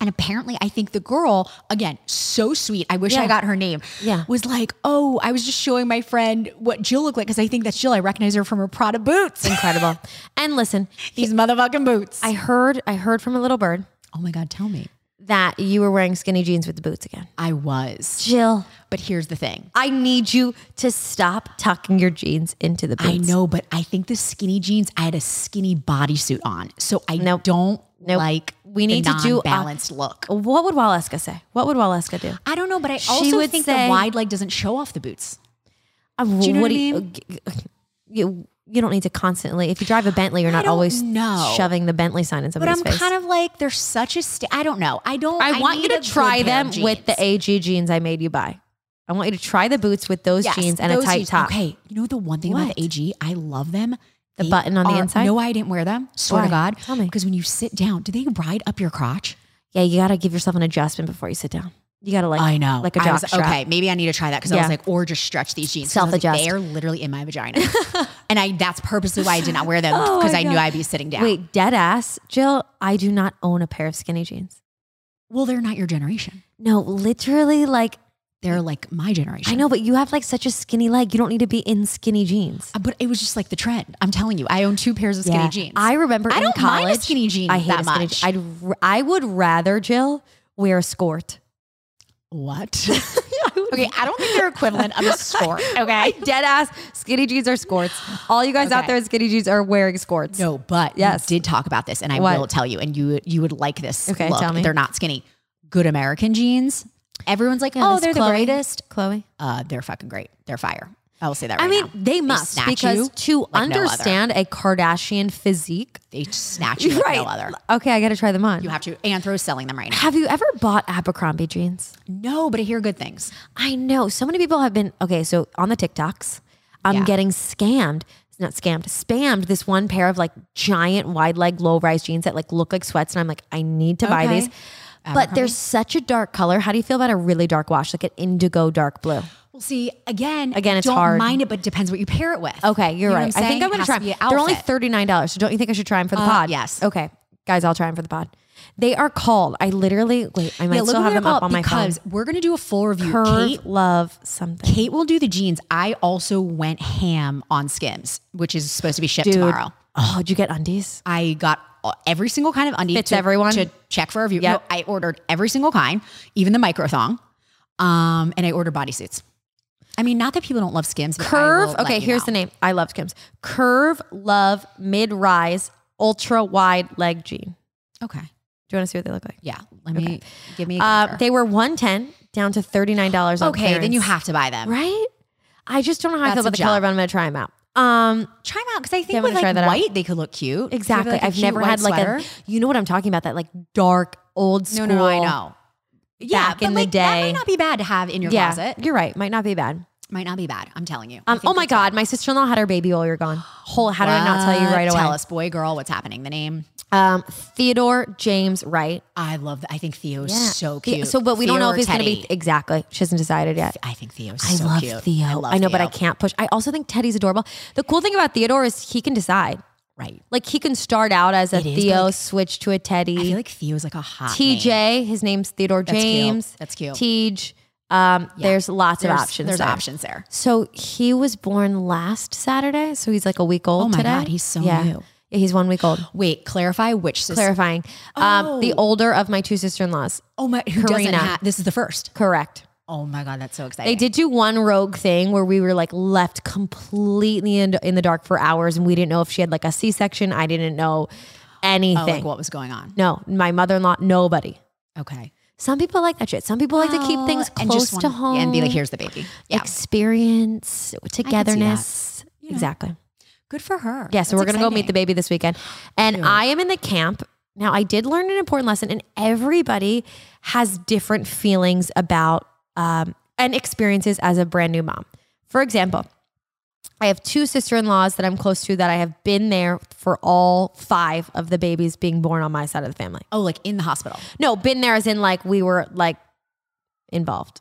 Speaker 1: And apparently, I think the girl, again, so sweet. I wish
Speaker 2: Yeah.
Speaker 1: I got her name.
Speaker 2: Yeah.
Speaker 1: Was like, oh, I was just showing my friend what Jill looked like because I think that's Jill. I recognize her from her Prada boots.
Speaker 2: incredible. And listen,
Speaker 1: These motherfucking boots.
Speaker 2: I heard I heard from a little bird
Speaker 1: oh my God, tell me.
Speaker 2: that you were wearing skinny jeans with the boots again.
Speaker 1: I was.
Speaker 2: Jill,
Speaker 1: But here's the thing
Speaker 2: I need you to stop tucking your jeans into the boots.
Speaker 1: I know, but I think the skinny jeans, I had a skinny bodysuit on. So I
Speaker 2: Nope.
Speaker 1: don't
Speaker 2: Nope.
Speaker 1: like
Speaker 2: We need to do a-
Speaker 1: balanced look.
Speaker 2: What would Waleska say? What would Waleska do?
Speaker 1: I don't know, but I also
Speaker 2: would
Speaker 1: think
Speaker 2: say-
Speaker 1: the wide leg doesn't show off the boots.
Speaker 2: Uh, do
Speaker 1: you know what I
Speaker 2: You, you don't need to constantly. If you drive a Bentley, you're not
Speaker 1: don't
Speaker 2: always
Speaker 1: know.
Speaker 2: shoving the Bentley sign in
Speaker 1: But
Speaker 2: somebody's
Speaker 1: I'm
Speaker 2: face.
Speaker 1: kind of like, they're such a. St- I don't know. I don't.
Speaker 2: I want you
Speaker 1: need
Speaker 2: to
Speaker 1: a good
Speaker 2: try
Speaker 1: pair
Speaker 2: them
Speaker 1: of
Speaker 2: with the
Speaker 1: jeans.
Speaker 2: AG jeans I made you buy. I want you to try the boots with those
Speaker 1: Yes,
Speaker 2: jeans and
Speaker 1: those
Speaker 2: a tight
Speaker 1: jeans.
Speaker 2: top.
Speaker 1: Okay, you know the one thing about
Speaker 2: What?
Speaker 1: the AG, I love them.
Speaker 2: The button on the inside?
Speaker 1: No, I didn't wear them. Swear
Speaker 2: Why?
Speaker 1: to God,
Speaker 2: Tell me.
Speaker 1: Because when you sit down, do they ride up your crotch?
Speaker 2: Yeah, you gotta give yourself an adjustment before you sit down. You gotta like
Speaker 1: I know.
Speaker 2: like a
Speaker 1: I
Speaker 2: jock
Speaker 1: was,
Speaker 2: strap.
Speaker 1: Okay, maybe I need to try that because I
Speaker 2: Yeah.
Speaker 1: was like, or just stretch these jeans. 'Cause I was like,
Speaker 2: Self-adjust.
Speaker 1: they are literally in my vagina, and I that's purposely why I did not wear them
Speaker 2: Oh
Speaker 1: because
Speaker 2: my
Speaker 1: I knew
Speaker 2: God.
Speaker 1: I'd be sitting down.
Speaker 2: Wait, dead ass, Jill. I do not own a pair of skinny jeans.
Speaker 1: well, they're not your generation.
Speaker 2: No, literally, like
Speaker 1: They're like my generation.
Speaker 2: I know, but you have like such a skinny leg. You don't need to be in skinny jeans.
Speaker 1: Uh, but it was just like the trend. I'm telling you, I own two pairs of skinny jeans.
Speaker 2: I remember.
Speaker 1: I
Speaker 2: in
Speaker 1: don't mind
Speaker 2: college,
Speaker 1: a skinny jean
Speaker 2: I hate
Speaker 1: that
Speaker 2: a skinny
Speaker 1: much.
Speaker 2: jean. I'd r- I would rather Jill wear a skirt.
Speaker 1: What? okay, I don't think they're equivalent of a sport. Okay.
Speaker 2: Dead ass skinny jeans are skirts. All you guys out
Speaker 1: Okay.
Speaker 2: there in skinny jeans are wearing skirts.
Speaker 1: No, but
Speaker 2: Yes.
Speaker 1: you did talk about this, and I
Speaker 2: What?
Speaker 1: will tell you, and you you would like this.
Speaker 2: Okay,
Speaker 1: look.
Speaker 2: tell me.
Speaker 1: They're not skinny. Good American jeans. Everyone's like,
Speaker 2: Yeah,
Speaker 1: oh,
Speaker 2: this
Speaker 1: they're
Speaker 2: Chloe-
Speaker 1: the greatest.
Speaker 2: Chloe.
Speaker 1: Uh, they're fucking great. They're fire. I'll say that.
Speaker 2: I
Speaker 1: right
Speaker 2: mean,
Speaker 1: now.
Speaker 2: they must
Speaker 1: snatch
Speaker 2: because
Speaker 1: you
Speaker 2: to
Speaker 1: like no other.
Speaker 2: understand a Kardashian physique,
Speaker 1: they snatch you like no other.
Speaker 2: Okay, I got to try them on.
Speaker 1: You have to. Anthro's selling them right now.
Speaker 2: Have you ever bought Abercrombie jeans?
Speaker 1: No, but I hear good things.
Speaker 2: I know so many people have been okay. So on the TikToks, I'm
Speaker 1: Yeah.
Speaker 2: getting scammed. Not scammed, spammed this one pair of like giant wide leg low rise jeans that like look like sweats, and I'm like, I need to buy
Speaker 1: Okay.
Speaker 2: these. But they're such a dark color. How do you feel about a really dark wash, like an indigo dark blue?
Speaker 1: Well, see, again,
Speaker 2: Again, it's
Speaker 1: don't
Speaker 2: hard. Oh,
Speaker 1: mind it, but it depends what you pair it with.
Speaker 2: Okay, you're
Speaker 1: You know
Speaker 2: right.
Speaker 1: what I'm
Speaker 2: I think
Speaker 1: saying?
Speaker 2: I'm
Speaker 1: It
Speaker 2: gonna
Speaker 1: has
Speaker 2: try
Speaker 1: to be
Speaker 2: them.
Speaker 1: an
Speaker 2: They're only
Speaker 1: outfit.
Speaker 2: thirty nine dollars. So don't you think I should try them for the pod?
Speaker 1: yes.
Speaker 2: Okay, guys, I'll try them for the pod. They are called. I literally wait. I might
Speaker 1: Yeah, look
Speaker 2: still
Speaker 1: what
Speaker 2: have
Speaker 1: they're
Speaker 2: them up
Speaker 1: called
Speaker 2: on my phone.
Speaker 1: because we're gonna do a full review.
Speaker 2: Curve
Speaker 1: Kate
Speaker 2: love something.
Speaker 1: Kate will do the jeans. I also went ham on Skims, which is supposed to be shipped tomorrow.
Speaker 2: Oh, did you get undies?
Speaker 1: I got all- every single kind of undie
Speaker 2: Fits
Speaker 1: to,
Speaker 2: everyone?
Speaker 1: to check for a review.
Speaker 2: Yep.
Speaker 1: No, I ordered every single kind, even the micro thong, um, and I ordered bodysuits. I mean, not that people don't love Skims. But I
Speaker 2: Curve.
Speaker 1: will let
Speaker 2: Okay,
Speaker 1: you
Speaker 2: here's
Speaker 1: know.
Speaker 2: the name. I love Kim's. Curve love mid rise ultra wide leg jean.
Speaker 1: Okay,
Speaker 2: Do you want to see what they look like?
Speaker 1: yeah. Let me give me. A
Speaker 2: Uh,
Speaker 1: uh,
Speaker 2: they were one ten down to thirty nine dollars.
Speaker 1: okay, then you have to buy them.
Speaker 2: right. I just don't know how I
Speaker 1: That's
Speaker 2: feel
Speaker 1: a
Speaker 2: about the
Speaker 1: job.
Speaker 2: color, but I'm gonna try them out. Um,
Speaker 1: Try them out because I think
Speaker 2: Yeah, I'm
Speaker 1: with
Speaker 2: gonna try
Speaker 1: like
Speaker 2: that out.
Speaker 1: white they could look cute. If you have,
Speaker 2: Exactly.
Speaker 1: like, a
Speaker 2: I've
Speaker 1: cute
Speaker 2: never
Speaker 1: white
Speaker 2: had like
Speaker 1: sweater.
Speaker 2: a you know what I'm talking about that like dark old school.
Speaker 1: No, no, no, I know. yeah,
Speaker 2: back
Speaker 1: but,
Speaker 2: in the
Speaker 1: like, That
Speaker 2: day.
Speaker 1: might not be bad to have in your
Speaker 2: yeah,
Speaker 1: closet.
Speaker 2: you're right. Might not be bad.
Speaker 1: Might not be bad. I'm telling you. I
Speaker 2: Um,
Speaker 1: think
Speaker 2: oh my
Speaker 1: that's
Speaker 2: God, my sister in law had her baby while you're gone. Whole, how did I not tell you
Speaker 1: what-
Speaker 2: right away?
Speaker 1: Tell us, boy, girl, what's happening? The name.
Speaker 2: Um, Theodore James Wright.
Speaker 1: I love. that. I think Theo's so
Speaker 2: The-
Speaker 1: cute.
Speaker 2: So, but we don't
Speaker 1: Theo
Speaker 2: know
Speaker 1: or
Speaker 2: if he's going to
Speaker 1: Teddy.
Speaker 2: be exactly. She hasn't decided yet.
Speaker 1: I think Theo's
Speaker 2: I
Speaker 1: so
Speaker 2: love
Speaker 1: cute.
Speaker 2: Theo. I, know, but I
Speaker 1: Theo.
Speaker 2: can't push. I also think Teddy's adorable. The cool thing about Theodore is he can decide.
Speaker 1: Right.
Speaker 2: Like he can start out as a
Speaker 1: It is, but,
Speaker 2: Theo,
Speaker 1: like,
Speaker 2: switch to a
Speaker 1: I feel
Speaker 2: Teddy.
Speaker 1: like Theo's like a hot
Speaker 2: TJ,
Speaker 1: name.
Speaker 2: his name's Theodore
Speaker 1: cute.
Speaker 2: James.
Speaker 1: That's cute.
Speaker 2: Tej. Um, There's lots
Speaker 1: There's-
Speaker 2: of options.
Speaker 1: There's
Speaker 2: there.
Speaker 1: options there.
Speaker 2: So he was born last Saturday, so he's like a week old.
Speaker 1: Oh my
Speaker 2: today.
Speaker 1: God, he's so
Speaker 2: yeah.
Speaker 1: new.
Speaker 2: Yeah, he's one week old.
Speaker 1: Wait, clarify which sister.
Speaker 2: Clarifying. Um, the
Speaker 1: Oh.
Speaker 2: older of my two sister in laws.
Speaker 1: oh my, who doesn't
Speaker 2: Karina.
Speaker 1: have, this is the first.
Speaker 2: Correct.
Speaker 1: Oh my God, that's so exciting.
Speaker 2: They did do one rogue thing where we were like left completely in, in the dark for hours and we didn't know if she had like a C section. I didn't know
Speaker 1: Oh,
Speaker 2: anything.
Speaker 1: like what was going on.
Speaker 2: no, my mother in law, nobody.
Speaker 1: Okay.
Speaker 2: Some people like that shit. Some people like to keep things
Speaker 1: Oh, And
Speaker 2: close
Speaker 1: just
Speaker 2: to
Speaker 1: wanna-
Speaker 2: home
Speaker 1: yeah, And be like, here's the baby. Yeah.
Speaker 2: experience, togetherness. Exactly.
Speaker 1: Good for her.
Speaker 2: Yeah, so
Speaker 1: That's
Speaker 2: we're gonna go meet the
Speaker 1: exciting.
Speaker 2: baby this weekend, and
Speaker 1: Cute.
Speaker 2: I am in the camp now. I did learn an important lesson, and everybody has different feelings about um, and experiences as a brand new mom. For example, I have two sister in laws that I'm close to that I have been there for all five of the babies being born on my side of the family.
Speaker 1: Oh, like in the hospital.
Speaker 2: No, been there as in like we were like involved.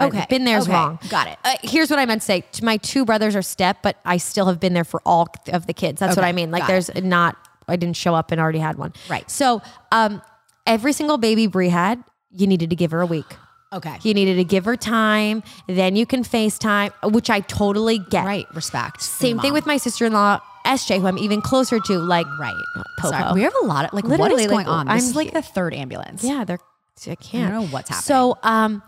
Speaker 1: Okay.
Speaker 2: been there is
Speaker 1: Okay.
Speaker 2: wrong
Speaker 1: Got it.
Speaker 2: uh, here's what I meant to say. To My two brothers are step, but I still have been there for all th- of the kids. That's what
Speaker 1: Okay,
Speaker 2: I mean. Like
Speaker 1: got
Speaker 2: there's not, I didn't show up and already had one.
Speaker 1: Right.
Speaker 2: So um, every single baby Brie had, you needed to give her a week.
Speaker 1: Okay.
Speaker 2: You needed to give her time. Then you can FaceTime, which I totally get.
Speaker 1: Right. Respect. for your
Speaker 2: Same thing
Speaker 1: mom.
Speaker 2: with my sister-in-law, SJ, who I'm even closer to. Like,
Speaker 1: Right.
Speaker 2: Popo.
Speaker 1: Sorry. We have a lot of like what
Speaker 2: Oh, Literally,
Speaker 1: is
Speaker 2: like,
Speaker 1: going on? This
Speaker 2: I'm
Speaker 1: is like the third ambulance.
Speaker 2: yeah, they're, I can't.
Speaker 1: know what's happening.
Speaker 2: So, um,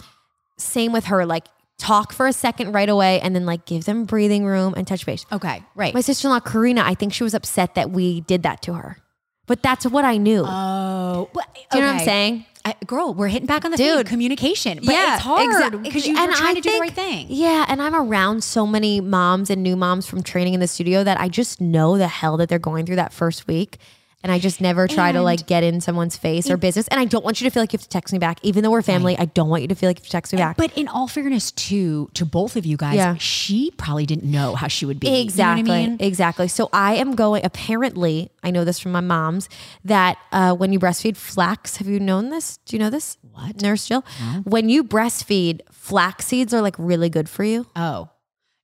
Speaker 2: same with her. Like, talk for a second right away and then like give them breathing room and touch base.
Speaker 1: Okay. Right.
Speaker 2: My sister in law, Karina, I think she was upset that we did that to her. But that's what I knew.
Speaker 1: oh. Well,
Speaker 2: Do you know
Speaker 1: okay.
Speaker 2: what I'm saying?
Speaker 1: I, girl, we're hitting back on the theme,
Speaker 2: Dude.
Speaker 1: communication. But it's
Speaker 2: exact-
Speaker 1: hard because you,
Speaker 2: and
Speaker 1: are
Speaker 2: I
Speaker 1: trying to do the
Speaker 2: think-
Speaker 1: right thing.
Speaker 2: Yeah, and I'm around so many moms and new moms from training in the studio that I just know the hell that they're going through that first week. And I just never try to like get in someone's face or business. And I don't want you to feel like you have to text me back. Even though we're family, I don't want you to feel like you have to text me back.
Speaker 1: But in all fairness, too, to both of you guys,
Speaker 2: Yeah.
Speaker 1: she probably didn't know how she would be. You know what I
Speaker 2: Exactly.
Speaker 1: mean?
Speaker 2: Exactly. So I am going. Apparently, I know this from my mom's that uh, when you breastfeed, flax. Have you known this? Do you know this?
Speaker 1: What?
Speaker 2: nurse Jill? When you breastfeed, flax seeds are like really good for you.
Speaker 1: Oh,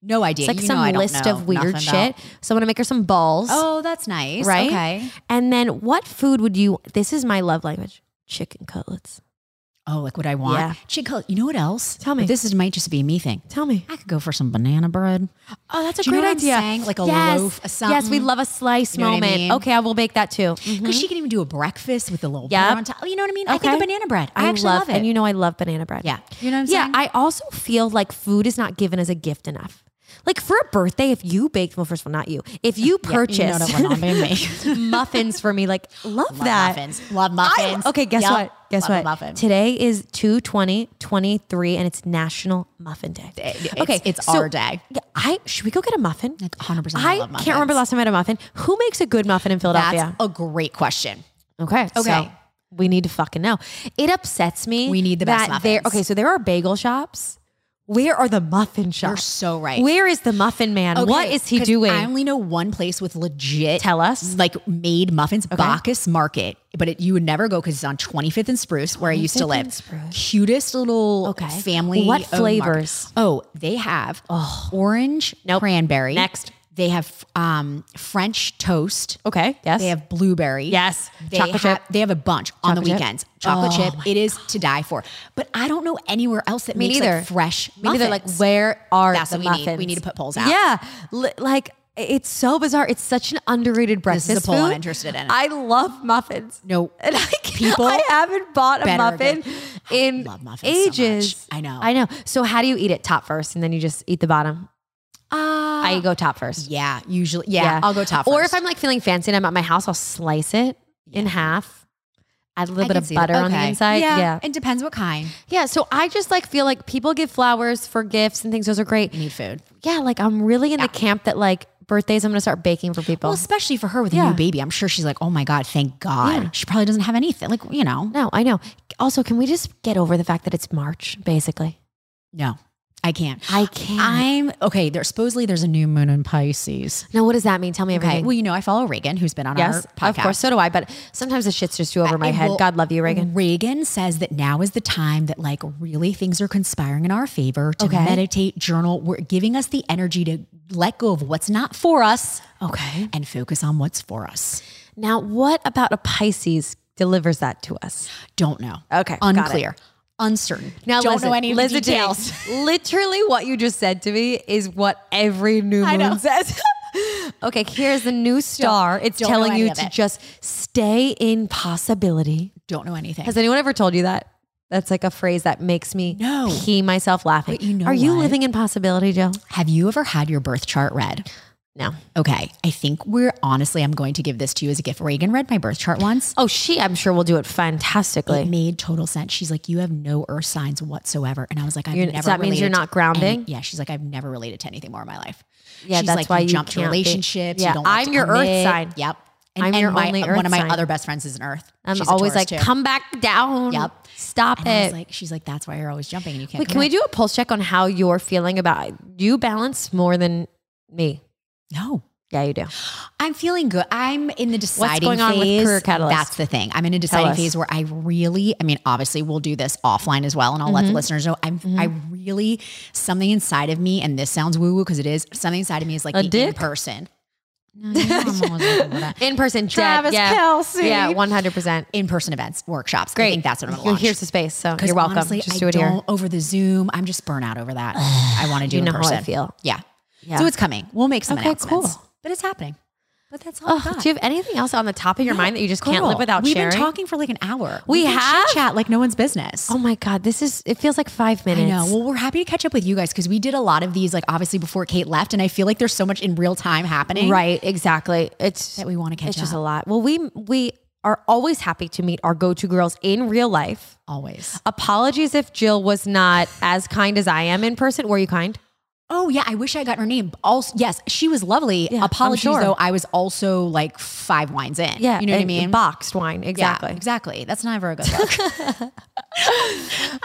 Speaker 1: no idea.
Speaker 2: It's like
Speaker 1: You know I
Speaker 2: some
Speaker 1: don't
Speaker 2: list
Speaker 1: know
Speaker 2: of weird
Speaker 1: nothing
Speaker 2: shit.
Speaker 1: about-
Speaker 2: So I'm gonna make her some balls.
Speaker 1: Oh, that's nice.
Speaker 2: right.
Speaker 1: Okay.
Speaker 2: And then what food would you? This is my love language: chicken cutlets.
Speaker 1: Oh, like what I want.
Speaker 2: Yeah.
Speaker 1: Chick- you know what else?
Speaker 2: Tell me.
Speaker 1: But this is might just be a me thing.
Speaker 2: Tell me.
Speaker 1: I could go for some banana bread.
Speaker 2: Oh, that's a
Speaker 1: Do you know what I'm saying? Like a
Speaker 2: yes.
Speaker 1: loaf, a
Speaker 2: Yes, we
Speaker 1: something.
Speaker 2: love a slice
Speaker 1: know what I
Speaker 2: moment.
Speaker 1: mean? Mm-hmm.
Speaker 2: Okay, I will bake that too. Mhm.
Speaker 1: Because she can even do a breakfast with a little
Speaker 2: Yep.
Speaker 1: butter on top. You know what I mean? I think of
Speaker 2: Okay.
Speaker 1: banana bread. I, actually love, it.
Speaker 2: And you know, I love banana bread.
Speaker 1: yeah. You know what I'm
Speaker 2: yeah,
Speaker 1: saying?
Speaker 2: I also feel like food is not given as a gift enough. Like for a birthday, if you baked, well, first of all, not you. If you
Speaker 1: Yeah,
Speaker 2: purchased
Speaker 1: you know that we're not being me.
Speaker 2: muffins for me, like love,
Speaker 1: Love
Speaker 2: that.
Speaker 1: muffins. Love
Speaker 2: I-
Speaker 1: muffins.
Speaker 2: okay, guess
Speaker 1: Yup.
Speaker 2: what? Guess
Speaker 1: Love a
Speaker 2: what?
Speaker 1: muffin.
Speaker 2: Today is 220, 23, and it's National Muffin Day.
Speaker 1: It's- it's our day.
Speaker 2: yeah, I should we go get a muffin?
Speaker 1: Like 100% I
Speaker 2: I
Speaker 1: love
Speaker 2: can't remember
Speaker 1: muffins.
Speaker 2: last time I had a muffin. Who makes a good muffin in
Speaker 1: That's
Speaker 2: Philadelphia?
Speaker 1: a great question.
Speaker 2: Okay.
Speaker 1: Okay.
Speaker 2: So we need to fucking know. It upsets me.
Speaker 1: We need the best
Speaker 2: that there.
Speaker 1: muffins.
Speaker 2: Okay, so there are bagel shops. Where are the muffin shops?
Speaker 1: You're so right.
Speaker 2: Where is the muffin man? what
Speaker 1: Okay,
Speaker 2: is he
Speaker 1: 'cause
Speaker 2: doing?
Speaker 1: I only know one place with legit
Speaker 2: Tell us.
Speaker 1: like made muffins, Bacchus Market, but it, you would never go because it's on 25th and Spruce, where I used to
Speaker 2: 25th and
Speaker 1: live.
Speaker 2: Spruce.
Speaker 1: Cutest little
Speaker 2: Okay.
Speaker 1: family.
Speaker 2: What
Speaker 1: owned market.
Speaker 2: flavors?
Speaker 1: Oh, they have orange
Speaker 2: Nope.
Speaker 1: cranberry.
Speaker 2: Next.
Speaker 1: they have um, French toast.
Speaker 2: Okay. Yes.
Speaker 1: They have blueberry.
Speaker 2: Yes.
Speaker 1: They
Speaker 2: Chocolate
Speaker 1: have,
Speaker 2: chip.
Speaker 1: They have a bunch on the
Speaker 2: Chocolate chip.
Speaker 1: weekends. Chocolate
Speaker 2: Oh
Speaker 1: chip. It is to die for. But I don't know anywhere else that
Speaker 2: me
Speaker 1: makes
Speaker 2: neither.
Speaker 1: like, fresh
Speaker 2: Me neither. Like
Speaker 1: muffins.
Speaker 2: where are
Speaker 1: That's
Speaker 2: the
Speaker 1: what we need.
Speaker 2: muffins?
Speaker 1: We need to put polls out.
Speaker 2: Yeah. Li- like it's so bizarre. It's such an underrated breakfast.
Speaker 1: is a poll I'm
Speaker 2: food.
Speaker 1: interested in.
Speaker 2: I love muffins.
Speaker 1: No.
Speaker 2: And I can't-
Speaker 1: People
Speaker 2: I haven't bought a
Speaker 1: better
Speaker 2: muffin in
Speaker 1: love muffins so much.
Speaker 2: ages.
Speaker 1: I know.
Speaker 2: I know. So how do you eat it? Top first, and then you just eat the bottom.
Speaker 1: Ah.
Speaker 2: I go top first.
Speaker 1: yeah, usually. Yeah, I'll go top.
Speaker 2: Or
Speaker 1: first.
Speaker 2: if I'm like feeling fancy and I'm at my house, I'll slice it in half. Add a little
Speaker 1: I
Speaker 2: bit
Speaker 1: can
Speaker 2: of
Speaker 1: see
Speaker 2: butter
Speaker 1: that.
Speaker 2: on the
Speaker 1: Okay.
Speaker 2: inside. Yeah. yeah.
Speaker 1: It depends what kind.
Speaker 2: So I just like feel like people give flowers for gifts and things. Those are great.
Speaker 1: You need food.
Speaker 2: Yeah. Like I'm really in the camp that like birthdays, I'm gonna start baking for people.
Speaker 1: Well, especially for her with a
Speaker 2: Yeah.
Speaker 1: new baby. I'm sure she's like, oh my God, thank God.
Speaker 2: Yeah.
Speaker 1: She probably doesn't have anything. Like, you know,
Speaker 2: no, I know. Also, can we just get over the fact that it's March, basically?
Speaker 1: no, I can't.
Speaker 2: I can't.
Speaker 1: I'm okay. There supposedly there's a new moon in Pisces.
Speaker 2: now, what does that mean? Tell me
Speaker 1: Okay.
Speaker 2: everything.
Speaker 1: Well, you know, I follow Reagan, who's been on
Speaker 2: yes,
Speaker 1: our podcast.
Speaker 2: of course. So do I. But sometimes the shit's just too over my
Speaker 1: I-
Speaker 2: head.
Speaker 1: well,
Speaker 2: God love you, Reagan.
Speaker 1: Reagan says that now is the time that like really things are conspiring in our favor to
Speaker 2: Okay.
Speaker 1: meditate, journal. We're giving us the energy to let go of what's not for us
Speaker 2: Okay.
Speaker 1: and focus on what's for us.
Speaker 2: Now, what about a Pisces delivers that to us?
Speaker 1: Don't know.
Speaker 2: Okay, got it.
Speaker 1: Unclear. Uncertain.
Speaker 2: Now,
Speaker 1: don't
Speaker 2: listen,
Speaker 1: know any of
Speaker 2: listen
Speaker 1: the
Speaker 2: to me.
Speaker 1: details.
Speaker 2: Literally, what you just said to me is what every new
Speaker 1: I know.
Speaker 2: moon says. okay, here's the new star. it's
Speaker 1: don't know
Speaker 2: telling
Speaker 1: any
Speaker 2: you
Speaker 1: of
Speaker 2: to
Speaker 1: it.
Speaker 2: just stay in possibility.
Speaker 1: Don't know anything.
Speaker 2: Has anyone ever told you that? That's like a phrase that makes me
Speaker 1: No.
Speaker 2: pee myself laughing.
Speaker 1: But you know
Speaker 2: Are you
Speaker 1: what?
Speaker 2: living in possibility, Jill?
Speaker 1: Have you ever had your birth chart read?
Speaker 2: No.
Speaker 1: Okay. I think we're honestly, I'm going to give this to you as a gift. Reagan read my birth chart once.
Speaker 2: Oh, she, I'm sure, will do it
Speaker 1: It
Speaker 2: fantastically.
Speaker 1: made total sense. She's like, you have no earth signs whatsoever. And I was like, I've
Speaker 2: You're- so
Speaker 1: never.
Speaker 2: that means you're
Speaker 1: related to
Speaker 2: not grounding?
Speaker 1: any- yeah, she's like, I've never related to anything more in my life.
Speaker 2: Yeah,
Speaker 1: she's
Speaker 2: that's
Speaker 1: like,
Speaker 2: why you
Speaker 1: you jumped to
Speaker 2: can't be-
Speaker 1: relationships.
Speaker 2: Yeah,
Speaker 1: you don't. Like
Speaker 2: I'm
Speaker 1: to
Speaker 2: your earth
Speaker 1: commit.
Speaker 2: sign.
Speaker 1: Yep.
Speaker 2: I'm your
Speaker 1: my,
Speaker 2: only
Speaker 1: One
Speaker 2: earth
Speaker 1: of my
Speaker 2: sign.
Speaker 1: other best friends is an earth.
Speaker 2: I'm
Speaker 1: She's a
Speaker 2: always
Speaker 1: Taurus,
Speaker 2: like,
Speaker 1: too.
Speaker 2: come back down.
Speaker 1: Yep.
Speaker 2: Stop
Speaker 1: And I
Speaker 2: it.
Speaker 1: was like, she's like, that's why you're always jumping and you can't.
Speaker 2: Wait, can we
Speaker 1: commit."
Speaker 2: do a pulse check on how you're feeling about you balance more than me?
Speaker 1: No.
Speaker 2: Yeah, you do.
Speaker 1: I'm feeling good. I'm in the deciding
Speaker 2: going on with
Speaker 1: phase.
Speaker 2: Career Catalyst?
Speaker 1: That's the thing. I'm in a deciding
Speaker 2: us.
Speaker 1: phase where I really, I mean, obviously we'll do this offline as well and I'll
Speaker 2: Mm-hmm.
Speaker 1: let the listeners know. I'm I really something inside of me, and this sounds woo-woo because it is, something inside of me is like
Speaker 2: A
Speaker 1: the
Speaker 2: dick?
Speaker 1: in person. No, you know I'm always looking for that.
Speaker 2: In person, dead.
Speaker 1: Travis
Speaker 2: yeah.
Speaker 1: Kelce.
Speaker 2: Yeah, 100%.
Speaker 1: In-person events, workshops. I think that's what I'm gonna
Speaker 2: Here-
Speaker 1: launch.
Speaker 2: Here's the space. So
Speaker 1: 'Cause
Speaker 2: you're welcome.
Speaker 1: honestly,
Speaker 2: Just
Speaker 1: I
Speaker 2: do it
Speaker 1: don't,
Speaker 2: here.
Speaker 1: Over the Zoom, I'm just burnt out over that. I want to do
Speaker 2: You
Speaker 1: in
Speaker 2: know how
Speaker 1: person.
Speaker 2: I feel.
Speaker 1: Yeah.
Speaker 2: Yeah.
Speaker 1: So it's coming. We'll make some
Speaker 2: Okay,
Speaker 1: announcements.
Speaker 2: cool.
Speaker 1: But it's happening. But that's all.
Speaker 2: Oh,
Speaker 1: I've got.
Speaker 2: do you have anything else on the top of your mind that you just can't
Speaker 1: Girl,
Speaker 2: live without
Speaker 1: we've
Speaker 2: sharing?
Speaker 1: been talking for like an hour.
Speaker 2: We
Speaker 1: can
Speaker 2: have?
Speaker 1: chit chat like no one's business.
Speaker 2: oh my God, this is, it feels like five
Speaker 1: I
Speaker 2: minutes.
Speaker 1: know. Well, we're happy to catch up with you guys because we did a lot of these, like obviously before Kate left, and I feel like there's so much in real time happening.
Speaker 2: Right, exactly. It's
Speaker 1: That we wanna catch
Speaker 2: It's just
Speaker 1: up.
Speaker 2: a lot. Well, we we are always happy to meet our go-to girls in real life.
Speaker 1: Always.
Speaker 2: Apologies if Jill was not as kind as I am in person. Were you kind?
Speaker 1: Oh yeah, I wish I got her name. Also, yes, she was lovely.
Speaker 2: Yeah, I'm
Speaker 1: Apologies
Speaker 2: sure.
Speaker 1: though, I was also like five wines in. you know what I
Speaker 2: and
Speaker 1: mean.
Speaker 2: Boxed wine,
Speaker 1: Yeah,
Speaker 2: exactly.
Speaker 1: exactly. That's never a good look.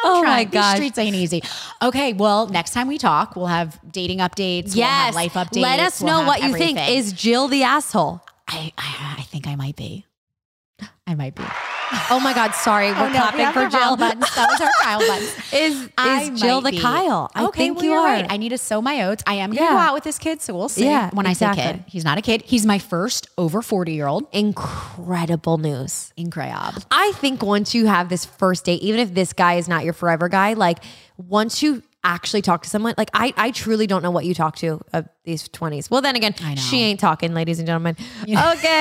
Speaker 2: oh my
Speaker 1: Trying. These
Speaker 2: gosh.
Speaker 1: streets ain't easy. Okay, well, next time we talk, we'll have dating updates. we'll have
Speaker 2: yes.
Speaker 1: life updates.
Speaker 2: Let us
Speaker 1: we'll
Speaker 2: know
Speaker 1: have
Speaker 2: what you think.
Speaker 1: everything.
Speaker 2: Is Jill the asshole?
Speaker 1: I, I I think I might be. I might be.
Speaker 2: Oh my God. Sorry, we're
Speaker 1: no, we
Speaker 2: clapping
Speaker 1: have
Speaker 2: for
Speaker 1: our Kyle
Speaker 2: Jill.
Speaker 1: buttons. That was our Kyle buttons.
Speaker 2: Is
Speaker 1: I
Speaker 2: is Jill
Speaker 1: might
Speaker 2: the
Speaker 1: be.
Speaker 2: Kyle? I
Speaker 1: okay,
Speaker 2: think
Speaker 1: well,
Speaker 2: you
Speaker 1: you're
Speaker 2: are.
Speaker 1: right. I need to sow my oats. I am going to
Speaker 2: Yeah.
Speaker 1: go out with this kid, so we'll see.
Speaker 2: Yeah,
Speaker 1: when I say
Speaker 2: exactly.
Speaker 1: kid, he's not a kid. He's my first over forty year old.
Speaker 2: Incredible news.
Speaker 1: Incredible.
Speaker 2: I think once you have this first date, even if this guy is not your forever guy, like once you actually talk to someone, like I, I truly don't know what you talk to of these 20s. Well, then again,
Speaker 1: know.
Speaker 2: she ain't talking, ladies and gentlemen. Okay,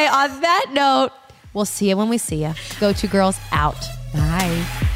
Speaker 2: on that note, we'll see you when we see you. Go to girls out.
Speaker 1: Bye.